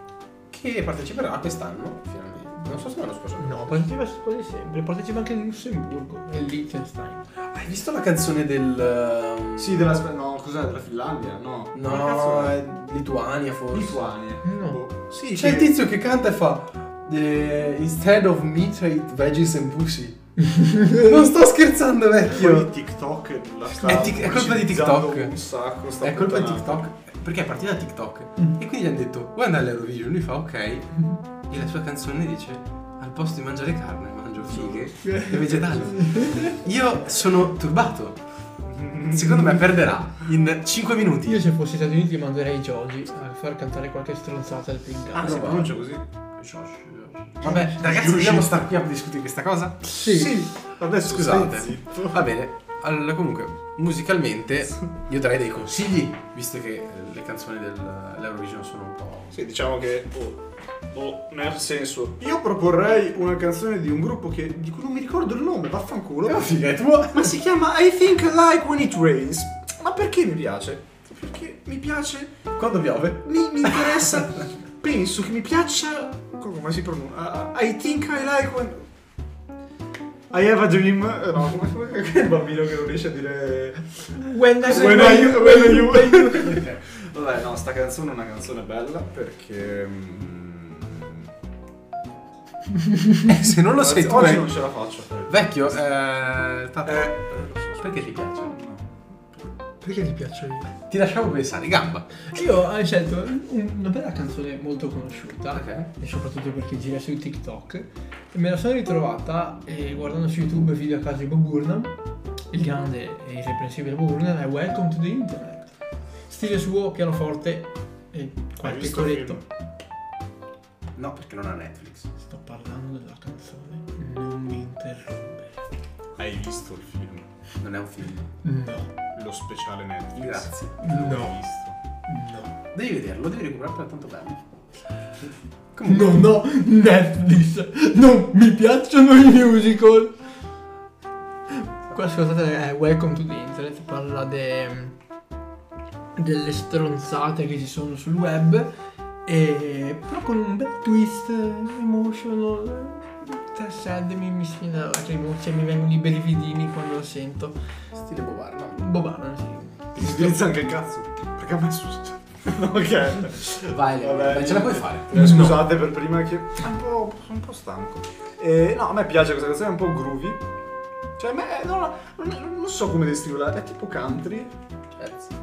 Speaker 2: che parteciperà quest'anno, finalmente. Non so se l'anno scorso.
Speaker 3: No, partecipa quasi sempre. Partecipa anche il Lussemburgo e il Liechtenstein.
Speaker 2: Hai visto la canzone del... um,
Speaker 1: Sì, della. No, cos'è? Della Finlandia? No. Come
Speaker 2: ehm, No,
Speaker 1: cazzo è?
Speaker 2: è Lituania Cioè, forse.
Speaker 1: Lituania.
Speaker 3: No.
Speaker 1: Boh. Sì,
Speaker 2: C'è il
Speaker 1: che-
Speaker 2: tizio che canta e fa "The- Instead of meat, I eat veggies and pussy. non sto scherzando,
Speaker 1: Quelli
Speaker 2: vecchio.
Speaker 1: TikTok la sta
Speaker 2: È tic- è colpa di
Speaker 1: pubblicizzando
Speaker 2: TikTok.
Speaker 1: un sacco, sta
Speaker 2: È colpa di
Speaker 1: puttanata.
Speaker 2: TikTok. Perché è partita da TikTok.
Speaker 3: Mm.
Speaker 2: E quindi gli hanno detto, vuoi andare all'Eurovision? Lui fa, ok. E la sua canzone dice, al posto di mangiare carne, mangio fighe e vegetali. Io sono turbato. Secondo me perderà in 5
Speaker 3: Io
Speaker 2: minuti.
Speaker 3: se fossi Stati Uniti manderei Joji a far cantare qualche stronzata al Pringano.
Speaker 1: Ah, si
Speaker 2: Prova.
Speaker 1: pronuncia così?
Speaker 2: Vabbè, ragazzi, vogliamo star qui a discutere questa cosa?
Speaker 3: Sì.
Speaker 1: Adesso
Speaker 2: Scusate.
Speaker 1: stai zitto.
Speaker 2: Va bene. Allora, comunque, musicalmente io darei dei consigli, visto che eh, le canzoni del- dell'Eurovision sono un po'.
Speaker 1: Sì, diciamo che oh, oh, nel senso, io proporrei una canzone di un gruppo che di cui non mi ricordo il nome, vaffanculo.
Speaker 2: Oh, figa, è tua!
Speaker 1: ma si chiama I Think Like When It Rains. Ma perché mi piace? Perché mi piace,
Speaker 2: Quando piove?
Speaker 1: mi, mi interessa, penso che mi piaccia. Come si pronuncia? Uh, I think I like when. I have a dream. Eh, No, come- come- come il bambino che non riesce a dire.
Speaker 3: When I
Speaker 1: When
Speaker 3: when
Speaker 1: I-
Speaker 3: you-
Speaker 1: when you- Vabbè, no, sta canzone è una canzone bella perché. mm,
Speaker 2: se non lo
Speaker 1: oggi-
Speaker 2: sei tu,
Speaker 1: Oggi
Speaker 2: eh.
Speaker 1: non ce la faccio.
Speaker 2: Vecchio, eh, Tata,
Speaker 1: Eh,
Speaker 2: perché ti piace?
Speaker 5: Perché ti piaccio io?
Speaker 2: Ti lasciamo pensare, gamba.
Speaker 3: Io ho scelto un- una bella canzone molto conosciuta
Speaker 2: Ok.
Speaker 3: e soprattutto perché gira su TikTok e me la sono ritrovata eh, guardando su YouTube video a caso di Bob Burnham il grande e irreprensibile Bob Burnham è Welcome to the Internet stile suo pianoforte e
Speaker 1: Hai
Speaker 3: qualche
Speaker 1: visto il
Speaker 3: coletto
Speaker 1: film?
Speaker 2: No, perché non ha Netflix.
Speaker 3: sto parlando della canzone non mi interrompere
Speaker 1: Hai visto il film?
Speaker 2: Non è un film.
Speaker 3: no
Speaker 1: Lo speciale Netflix.
Speaker 2: Grazie.
Speaker 1: L'ho
Speaker 3: no
Speaker 1: visto.
Speaker 3: no
Speaker 2: Devi vederlo, devi recuperarlo, è tanto bello.
Speaker 3: non ho Netflix non mi piacciono i musical Qua ascoltate è Welcome to the Internet, parla de- delle stronzate che ci sono sul web, e, però con un bel twist eh, emotional. eh, Sad, mi, mi sfina la lacrimuccia, mi vengono i brividini quando la sento. Boh,
Speaker 2: Stile bobarda.
Speaker 3: Bobana, sì.
Speaker 1: Ti indirizza anche il cazzo. Perché a me è successo? ok.
Speaker 2: Vai, Leo,
Speaker 1: Vabbè,
Speaker 2: vai, ce la puoi fare.
Speaker 1: Eh, Scusate per prima che sono un po', sono un po' stanco. Eh, no, a me piace questa canzone, è un po' groovy. Cioè, a me non, non- non so come descriverla, è tipo country.
Speaker 2: Certo.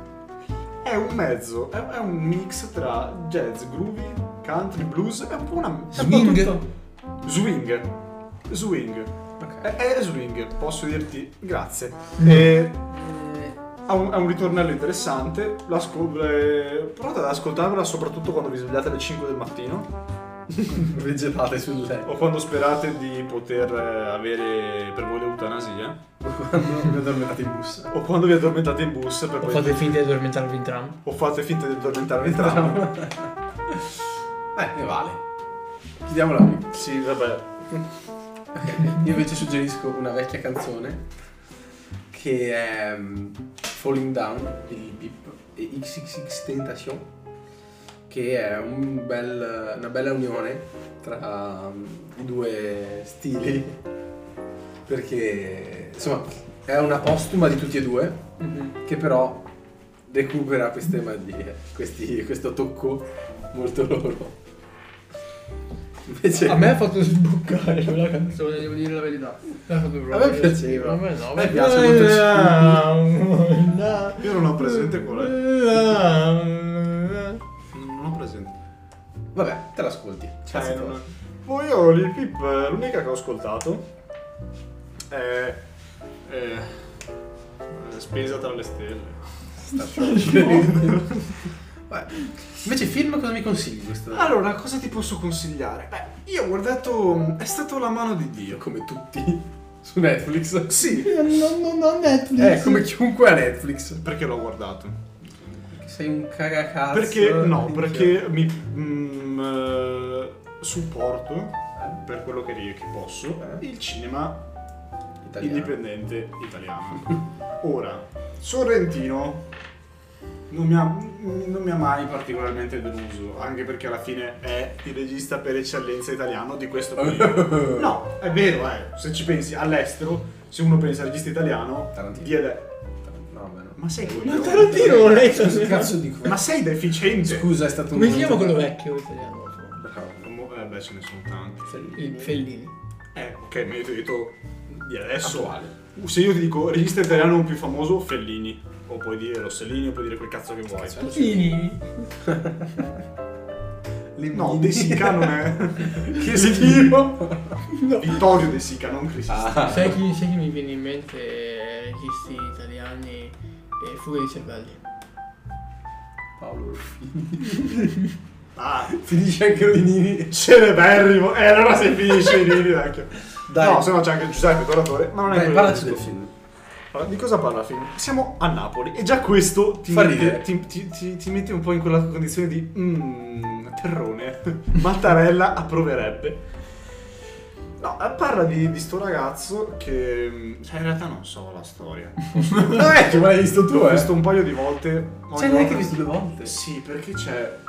Speaker 1: È un mezzo, è, è un mix tra jazz, groovy, country, blues, è un po' una... è un po'
Speaker 3: Swing?
Speaker 1: tutto- Swing. Swing. È,
Speaker 2: Ok.
Speaker 1: è swing, posso dirti grazie.
Speaker 3: Mm.
Speaker 1: Eh, ha, un, ha un ritornello interessante, l'ascol- eh, provate ad ascoltarvela soprattutto quando vi svegliate alle 5 del mattino.
Speaker 2: Eh, Vegetate sul letto.
Speaker 1: O quando sperate di poter eh, avere per voi l'eutanasia,
Speaker 2: Quando mi addormentate in bus.
Speaker 1: o quando vi addormentate in bus per
Speaker 3: O
Speaker 1: poi-
Speaker 3: fate finta di addormentarvi in tram.
Speaker 1: o fate finta di addormentarvi in tram.
Speaker 2: Eh, ne vale. Chiudiamola qui.
Speaker 1: sì, vabbè.
Speaker 2: Io invece suggerisco una vecchia canzone che è mm, Falling Down di Lil Peep e XXX Tentacion che è un bel- una bella unione tra mm, i due stili perché insomma è una postuma di tutti e due
Speaker 1: Mm-hmm.
Speaker 2: che però recupera queste magie, questi- questo tocco molto loro. Invece
Speaker 3: A me ha fatto sboccare quella canzone, devo dire la verità. Mi ha fatto proprio-
Speaker 2: A me piaceva.
Speaker 3: A me no,
Speaker 2: A me piace molto il
Speaker 3: eh, molto
Speaker 1: Io non ho presente qual è.
Speaker 3: è.
Speaker 1: Non ho presente.
Speaker 2: Vabbè, te l'ascolti.
Speaker 1: Cioè,
Speaker 2: Cazzo tua.
Speaker 1: non- Poi io Lil Peep, eh, l'unica che ho ascoltato è, è- è Spesa tra le stelle.
Speaker 2: Vabbè. Invece film cosa mi consigli questo?
Speaker 1: Allora, cosa ti posso consigliare? Beh, io ho guardato È stato la mano di Dio.
Speaker 2: Come tutti su Netflix.
Speaker 1: Sì,
Speaker 3: Non, non ho Netflix.
Speaker 2: Eh, come chiunque a Netflix.
Speaker 1: perché l'ho guardato?
Speaker 2: Sei un cagacazzo.
Speaker 1: Perché no, perché mi mm, eh, supporto per quello che, ri- che posso
Speaker 2: Eh.
Speaker 1: il cinema
Speaker 2: Italiano.
Speaker 1: indipendente italiano. Ora, Sorrentino non mi, ha, non mi ha mai particolarmente deluso, anche perché alla fine è il regista per eccellenza italiano di questo periodo. No, è vero, eh, se ci pensi all'estero, se uno pensa al regista italiano,
Speaker 2: Tarantino. Eh,
Speaker 1: di ade-
Speaker 2: No, ma no.
Speaker 1: ma sei
Speaker 3: Ma
Speaker 1: coglione.
Speaker 3: Tarantino non è
Speaker 2: Cosa cazzo dico?
Speaker 1: Ma sei deficiente.
Speaker 2: scusa, è stato un
Speaker 3: Come si chiama
Speaker 2: momento-
Speaker 3: quello vecchio italiano?
Speaker 2: Bravo.
Speaker 1: Mo- Eh beh, ce ne sono tanti.
Speaker 3: Il Fellini.
Speaker 1: Eh, ok, ma io ti ho detto di adesso.
Speaker 2: Attuale.
Speaker 1: Se io ti dico regista italiano più famoso, Fellini. O puoi dire Rossellini, o puoi dire quel cazzo che vuoi.
Speaker 2: Cazzo.
Speaker 3: Eh, Fellini.
Speaker 2: certo.
Speaker 1: No, De Sica non è.
Speaker 2: Che
Speaker 1: Vittorio De Sica, non Cristiano.
Speaker 2: Ah.
Speaker 3: Sai chi, sai chi mi viene in mente eh, registi italiani e fughe di cervelli?
Speaker 2: Paolo Ruffini.
Speaker 1: Ah,
Speaker 2: Finisce anche Rodinini.
Speaker 1: celeberrimo. Eh, allora se finisce i ridi, vecchio.
Speaker 2: Dai.
Speaker 1: No, se no c'è anche Giuseppe Torratore, ma non è
Speaker 2: Dai,
Speaker 1: quello.
Speaker 2: parlaci
Speaker 1: il
Speaker 2: del
Speaker 1: discorso.
Speaker 2: film.
Speaker 1: Allora, di cosa parla il film? Siamo a Napoli e già questo ti,
Speaker 2: Fa
Speaker 1: mette,
Speaker 2: ridere.
Speaker 1: ti, ti- ti- ti mette un po' in quella condizione di mm, terrone. Mattarella approverebbe. No, eh, parla di, di sto ragazzo che... mm, Cioè, in realtà non so la storia.
Speaker 2: Non è che me l'hai visto tu,
Speaker 1: L'ho
Speaker 2: eh.
Speaker 1: visto un paio di volte. ma
Speaker 2: Cioè,
Speaker 1: ogni
Speaker 2: neanche
Speaker 1: volta-
Speaker 2: visto due volte.
Speaker 1: Sì, perché c'è...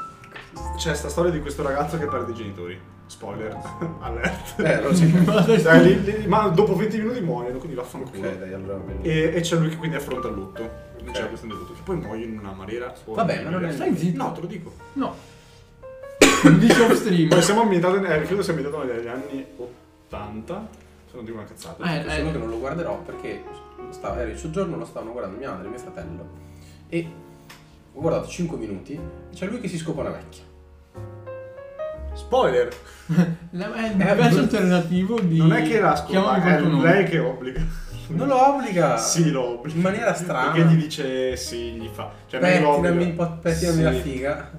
Speaker 1: C'è sta storia di questo ragazzo che perde i genitori. Spoiler. Alert.
Speaker 2: Eh, allora sì.
Speaker 1: Dai, li- li- ma dopo 20 minuti muoiono, quindi vaffanculo.
Speaker 2: Ok, dai, allora va bene.
Speaker 1: E, e c'è lui che quindi affronta il lutto. Quindi
Speaker 2: Ok.
Speaker 1: C'è la questione del lutto. Che poi muoio in una maniera.
Speaker 2: Vabbè, ma non è-
Speaker 1: Stai zitto.
Speaker 3: No,
Speaker 1: No, te lo dico.
Speaker 3: No. Dice off stream.
Speaker 1: Poi siamo ambientati. Eh, il film siamo ambientato negli anni 80. Se non dico una
Speaker 2: Eh.
Speaker 1: cazzata.
Speaker 3: Ah,
Speaker 2: Solo che non lo guarderò perché stava, era il soggiorno, lo stavano guardando mia madre e mio fratello. E ho guardato 5 minuti, c'è lui che si scopa una vecchia.
Speaker 1: Spoiler!
Speaker 3: La-
Speaker 4: Eh,
Speaker 3: È il viaggio alternativo di...
Speaker 1: Non è che la scuola,
Speaker 3: Chiamami
Speaker 1: è
Speaker 3: col tuo nome.
Speaker 1: lei che obbliga.
Speaker 2: Non lo obbliga!
Speaker 1: Sì, lo obbliga.
Speaker 2: Ah. In maniera strana.
Speaker 1: Perché gli dice sì, gli fa. Cioè, non lo obbliga.
Speaker 2: Pettinami un po', pettinami
Speaker 1: Sì.
Speaker 2: la figa.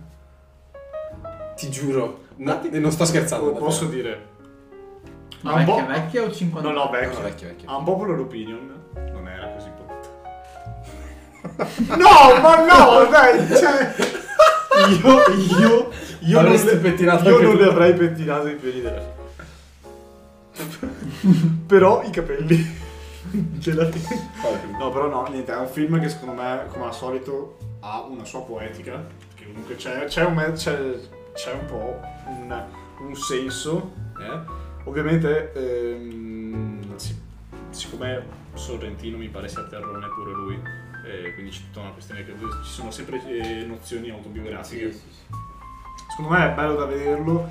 Speaker 2: Ti giuro, no, e non sto scherzando.
Speaker 1: Lo posso dire.
Speaker 3: Ma
Speaker 1: Ha un
Speaker 3: vecchia,
Speaker 1: po'-
Speaker 3: vecchia o 50?
Speaker 1: No, no,
Speaker 2: davvero.
Speaker 1: vecchio.
Speaker 2: No, vecchio, vecchio.
Speaker 1: Ha un popular opinion. Non era così brutta. no, ma no, dai, cioè... Io, io, io non,
Speaker 2: Avresti
Speaker 1: le,
Speaker 2: pettinato
Speaker 1: io
Speaker 2: anche
Speaker 1: non
Speaker 2: tu.
Speaker 1: le avrei pettinato i piedi della figlia. Però i capelli gelati.
Speaker 2: Vabbè.
Speaker 1: No, però no, niente, è un film che secondo me, come al solito, ha una sua poetica, che comunque c'è, c'è un, me- c'è, c'è un po' un, un senso. eh. Ovviamente, ehm, sì, siccome Sorrentino mi pare sia terrone pure lui, eh, quindi c'è tutta una questione che ci sono sempre eh, nozioni autobiografiche. Secondo me è bello da vederlo,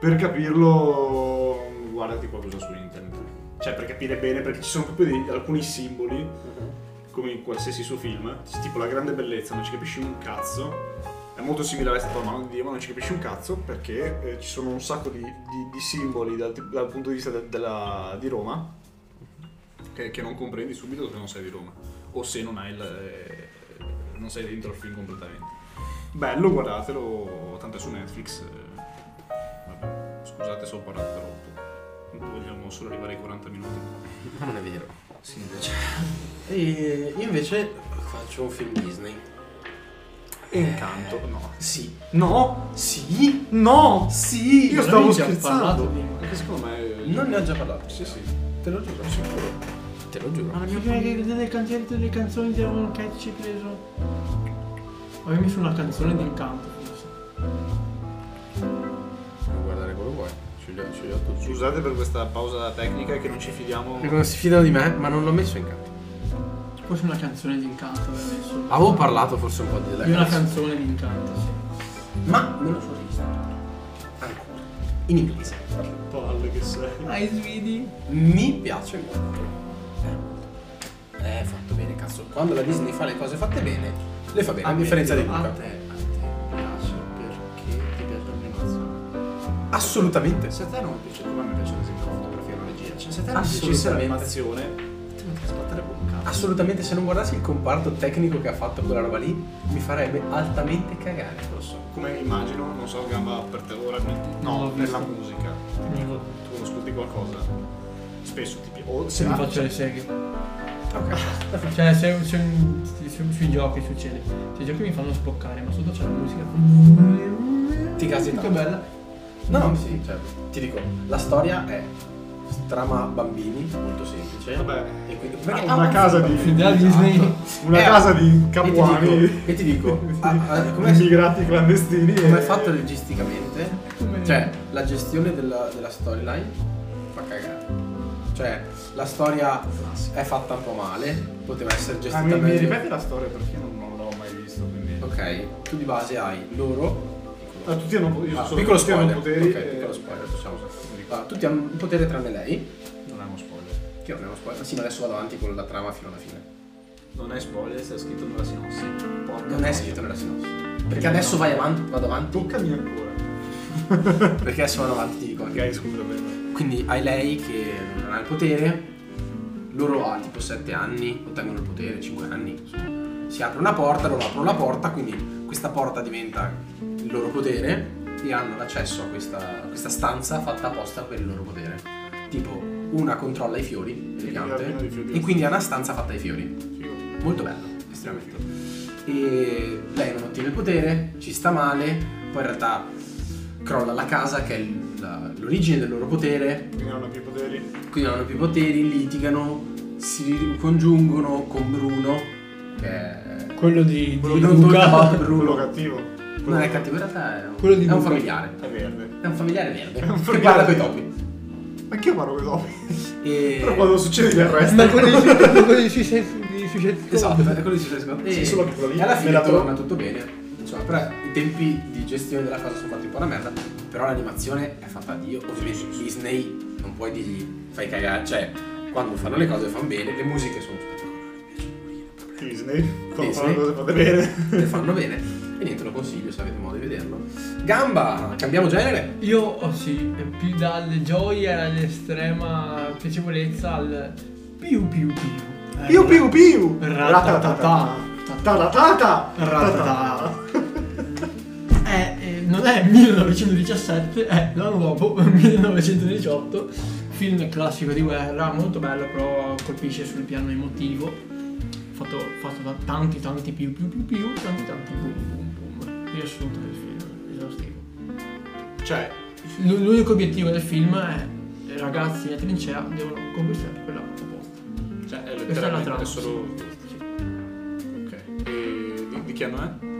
Speaker 1: per capirlo guardati qualcosa su internet. Cioè, per capire bene, perché ci sono proprio dei- alcuni simboli
Speaker 2: Mhm.
Speaker 1: come in qualsiasi suo film, tipo La grande bellezza, non ci capisci un cazzo. È molto simile a Vesta mano di Dio, ma non ci capisci un cazzo perché eh, ci sono un sacco di, di- di simboli dal, dal punto di vista de- della- di Roma che, che non comprendi subito se non sei di Roma o se non, hai il, eh, non sei dentro al film completamente. Bello, guardatelo, tanto è su Netflix. eh, Vabbè, scusate se ho parlato troppo. Vogliamo solo arrivare ai 40 minuti.
Speaker 2: Ma non è vero.
Speaker 1: Sì, invece.
Speaker 2: E io invece faccio un film Disney.
Speaker 1: E intanto, no.
Speaker 2: Sì.
Speaker 1: No,
Speaker 2: Sì?
Speaker 1: No!
Speaker 2: Sì!
Speaker 1: Io
Speaker 3: non
Speaker 1: stavo
Speaker 3: ne abbiamo parlato
Speaker 1: scherzando!
Speaker 3: prima.
Speaker 1: Anche secondo me. eh,
Speaker 2: Non ne ho già parlato.
Speaker 1: Sì, sì.
Speaker 2: Te lo giuro. Te lo
Speaker 3: Ma
Speaker 2: giuro.
Speaker 3: la mia che delle canzoni delle canzoni di Aaron Catch ci preso. Ma io mi sono una canzone del canto, forse.
Speaker 2: Puoi guardare quello che vuoi. Ci li ho- ci li ho tutti.
Speaker 1: Scusate per questa pausa tecnica che non ci fidiamo.
Speaker 2: Non si fidano di me, ma non l'ho messo in canto.
Speaker 3: Forse una canzone di incanto avevo messo.
Speaker 2: Avevo parlato forse un po' di della
Speaker 3: Di una
Speaker 2: canzone.
Speaker 3: canzone di incanto, sì.
Speaker 2: Ma me lo sono registrato. Ancora. In inglese.
Speaker 1: Palle che sei.
Speaker 4: Ah,
Speaker 3: Ai svidi.
Speaker 2: Mi piace molto. Eh, fatto bene, cazzo. Quando la Disney fa le cose fatte bene, le fa bene. A differenza di
Speaker 4: A
Speaker 2: Luca.
Speaker 4: te, a te piace perché ti piace l'animazione.
Speaker 2: Assolutamente.
Speaker 4: Se a te non piace, come a me piace ad esempio la fotografia e la regia, cioè se a te non piacesse
Speaker 2: Assolutamente.
Speaker 4: l'animazione, te non ti aspetterebbe un cazzo.
Speaker 2: Assolutamente, se non guardassi il comparto tecnico che ha fatto quella roba lì, mi farebbe altamente cagare.
Speaker 1: Lo so. Come immagino, non so, gamba per te ora. mi-
Speaker 3: Non l'ho
Speaker 1: No, per
Speaker 3: visto.
Speaker 1: la musica.
Speaker 3: Mi
Speaker 1: Tu lo ascolti qualcosa. Spesso ti piace. O se
Speaker 3: se mi
Speaker 1: ah,
Speaker 3: faccio le seghe.
Speaker 2: Ok.
Speaker 3: Cioè, se, se- se- sui giochi succede. Cioè, i giochi mi fanno spoccare, ma sotto c'è la musica.
Speaker 2: Ti casi
Speaker 3: Che
Speaker 2: tanto.
Speaker 3: bella.
Speaker 2: No,
Speaker 1: Mm.
Speaker 2: no, sì, cioè, ti dico, la storia è trama bambini, molto semplice.
Speaker 1: Vabbè.
Speaker 2: E quindi,
Speaker 1: Ah,
Speaker 2: perché-
Speaker 1: una
Speaker 2: ah,
Speaker 1: casa
Speaker 2: sì.
Speaker 1: di.
Speaker 3: Fin dalla Disney.
Speaker 1: Una
Speaker 2: Eh,
Speaker 1: casa di
Speaker 2: E ti dico,
Speaker 1: capuani.
Speaker 2: e ti dico ah, ah, come è-
Speaker 1: Immigrati clandestini.
Speaker 2: come
Speaker 1: e-
Speaker 2: è fatto logisticamente?
Speaker 3: Come-
Speaker 2: Cioè, la gestione della, della storyline fa cagare. Cioè, la storia è fatta un po' male, poteva essere
Speaker 1: Ah,
Speaker 2: gestita
Speaker 1: mi, mi
Speaker 2: meglio.
Speaker 1: ripeti la storia perché io non, non l'ho mai visto. Quindi.
Speaker 2: Ok, tu di base hai loro.
Speaker 1: Ah, tutti hanno, io
Speaker 2: Ah,
Speaker 1: so,
Speaker 2: piccolo
Speaker 1: tutti hanno
Speaker 2: spoiler.
Speaker 1: poteri.
Speaker 2: ok,
Speaker 1: e- Ah.
Speaker 2: piccolo spoiler, possiamo usare.
Speaker 1: Non dico-
Speaker 2: Allora, Ah, tutti hanno un potere tranne lei,
Speaker 1: Non è uno spoiler.
Speaker 2: che non è uno spoiler. Sì, ma adesso vado avanti con la trama fino alla fine.
Speaker 4: Non è spoiler, sta scritto nella sinossi. Porca
Speaker 2: Non è
Speaker 4: troia.
Speaker 2: scritto nella sinossi. Perché adesso vai avanti, vado avanti.
Speaker 1: Toccami ancora.
Speaker 2: Perché adesso vado avanti, ti dico.
Speaker 1: Ok, scusami.
Speaker 2: Quindi hai lei che non ha il potere, loro ha tipo 7 anni, ottengono il potere, 5 anni, insomma. si apre una porta, loro aprono la porta, quindi questa porta diventa il loro potere e hanno l'accesso a questa, a questa stanza fatta apposta per il loro potere. Tipo una controlla i fiori,
Speaker 1: pieno di
Speaker 2: elegante,
Speaker 1: fiori.
Speaker 2: e quindi è una stanza fatta ai fiori.
Speaker 1: Figo.
Speaker 2: Molto bello, estremamente. E lei non ottiene il potere, ci sta male, poi in realtà crolla la casa che è il- la- l'origine del loro potere,
Speaker 1: Quindi non ha più poteri.
Speaker 2: quindi non hanno più poteri, litigano, si congiungono con Bruno, che è...
Speaker 3: Quello di,
Speaker 2: Quello
Speaker 3: di
Speaker 2: non
Speaker 3: Luca.
Speaker 2: tocca a
Speaker 1: Quello
Speaker 2: Bruno.
Speaker 1: cattivo.
Speaker 2: Non è cattivo, in realtà è un,
Speaker 3: Quello di
Speaker 2: è un
Speaker 3: Luca.
Speaker 2: familiare.
Speaker 1: È verde.
Speaker 2: È un familiare verde.
Speaker 1: È un
Speaker 2: Che
Speaker 1: familiare.
Speaker 2: guarda coi topi.
Speaker 1: Anche io parlo dopo.
Speaker 2: E...
Speaker 1: Però quando succede gli arresti.
Speaker 3: Ma quello di- quello di Suicide di Suicide
Speaker 2: Esatto,
Speaker 3: Squad.
Speaker 2: è quello di Suicide Squad.
Speaker 1: Sì,
Speaker 2: E,
Speaker 1: solo che quello lì
Speaker 2: e alla
Speaker 1: me
Speaker 2: fine
Speaker 1: la do-
Speaker 2: torna tutto bene. Insomma, però i tempi di gestione della cosa sono fatti un po' una merda. Però l'animazione è fatta a Dio. Ovviamente Disney non puoi dirgli fai cagare. Cioè, quando fanno le cose fanno bene, le musiche sono spettacolari. mi piace morire, proprio.
Speaker 1: Sì, Disney, quando
Speaker 2: Disney.
Speaker 1: fanno cose fatte bene.
Speaker 2: le fanno bene. E niente, lo consiglio se avete modo di vederlo. Gamba, cambiamo genere.
Speaker 3: Io oh sì, più dalle gioie all'estrema piacevolezza al piu piu
Speaker 2: Eh.
Speaker 3: piu.
Speaker 1: Piu piu piu!
Speaker 3: Ratatata.
Speaker 1: Tatatata!
Speaker 3: Ratatata. Eh, eh, non è 1917, è l'anno dopo, 1918, film classico di guerra, molto bello, però colpisce sul piano emotivo, fatto, fatto da tanti tanti più più più più, tanti tanti boom boom boom, riassunto del film, esaustivo.
Speaker 1: Cioè,
Speaker 3: L- l'unico obiettivo del film è eh, ragazzi nella trincea devono conquistare quella proposta.
Speaker 1: cioè è
Speaker 3: Questa è la
Speaker 1: letteralmente
Speaker 3: trama.
Speaker 1: solo...
Speaker 3: Sì.
Speaker 1: Ok. E di, di che anno è?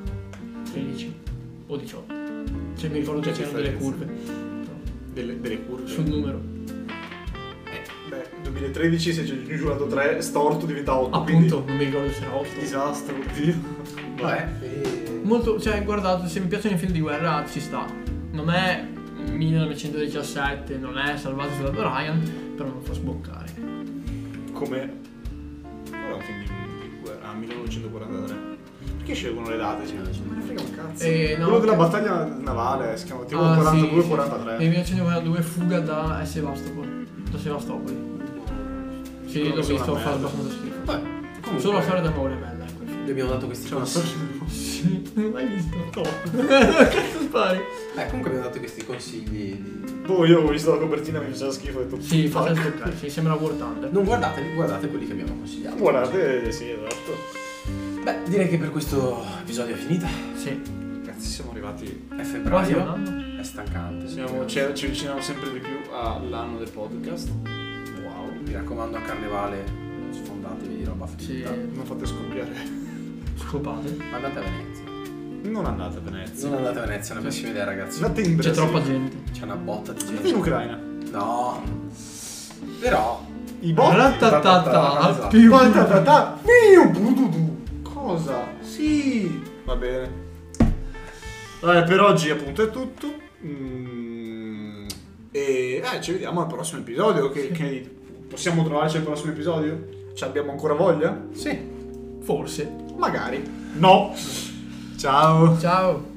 Speaker 3: 2013 o 18. Cioè mi ricordo che
Speaker 1: C'è
Speaker 3: c'erano delle
Speaker 1: differenza.
Speaker 3: curve però,
Speaker 1: Delle, delle curve.
Speaker 3: sul numero.
Speaker 1: Eh, beh, 2013 se ci giurato 3 storto diventa 8.
Speaker 3: Appunto, non mi ricordo se era
Speaker 1: Quindi,
Speaker 3: 8.
Speaker 1: disastro, oddio.
Speaker 2: Vabbè.
Speaker 3: Molto, cioè guardate, se mi piacciono i film di guerra ci sta. Non è 1917, non è Salvato Soldato Ryan, però non fa sboccare.
Speaker 1: Come... Ora è un film di, di guerra, ah, 1943. Perché scelgono le date? Cioè, non ne frega un cazzo.
Speaker 3: Eh, no,
Speaker 1: Quello della
Speaker 3: ok.
Speaker 1: battaglia navale si chiama tipo
Speaker 3: Ah, sì, sì,
Speaker 1: 42-43.
Speaker 3: Eh, Nel 1942 fuga da Sevastopol. Da Sevastopoli. Sì,
Speaker 1: Quello
Speaker 3: l'ho
Speaker 1: che
Speaker 3: visto,
Speaker 1: sembra merda.
Speaker 3: fa abbastanza schifo.
Speaker 2: Vabbè, Boh, comunque,
Speaker 3: Solo la storia d'amore è bella in quel film.
Speaker 2: Gli abbiamo dato questi
Speaker 1: C'è una
Speaker 2: consigli.
Speaker 1: storia
Speaker 3: Sì, non l'hai visto? No. Cazzo spari?
Speaker 2: Beh, Eh, comunque abbiamo dato questi consigli di...
Speaker 1: Boh, io ho visto la copertina, mi faceva schifo e tutto.
Speaker 3: Sì, fa sempre sboccare, sì, sembra War Thunder.
Speaker 2: Non guardateli, guardate quelli che abbiamo consigliato.
Speaker 1: Guardate, sì, esatto.
Speaker 2: Beh, direi che per questo episodio è finita.
Speaker 3: Sì,
Speaker 1: Ragazzi, siamo arrivati.
Speaker 2: È
Speaker 3: quasi un
Speaker 2: febbraio.
Speaker 3: anno.
Speaker 2: È stancante.
Speaker 1: Siamo, ci, ci avviciniamo sempre di più all'anno del podcast. Wow.
Speaker 2: Mi raccomando a carnevale, non sfondatevi di roba
Speaker 3: Sì,
Speaker 2: fritta.
Speaker 1: Non fate scoppiare.
Speaker 3: scopate.
Speaker 2: Ma andate a Venezia.
Speaker 1: Non andate a Venezia.
Speaker 2: Non andate a Venezia, è una pessima idea, ragazzi.
Speaker 1: Andate in
Speaker 3: C'è
Speaker 1: Brasile.
Speaker 3: troppa gente.
Speaker 2: C'è una botta di
Speaker 1: Andate in
Speaker 2: gente.
Speaker 1: Ucraina.
Speaker 2: No. Però.
Speaker 1: I
Speaker 3: Boh.
Speaker 1: botti.
Speaker 3: Ratatata,
Speaker 2: ratatata,
Speaker 3: più.
Speaker 1: Patatata. Mio bududu. Cosa? Sì. Va bene. Vabbè, per oggi appunto è tutto. Mm, E eh, ci vediamo al prossimo episodio. Che, che- possiamo trovarci al prossimo episodio? Ci abbiamo ancora voglia?
Speaker 3: Boh.
Speaker 2: Sì.
Speaker 3: Forse.
Speaker 1: Magari. No. Ciao.
Speaker 3: Ciao.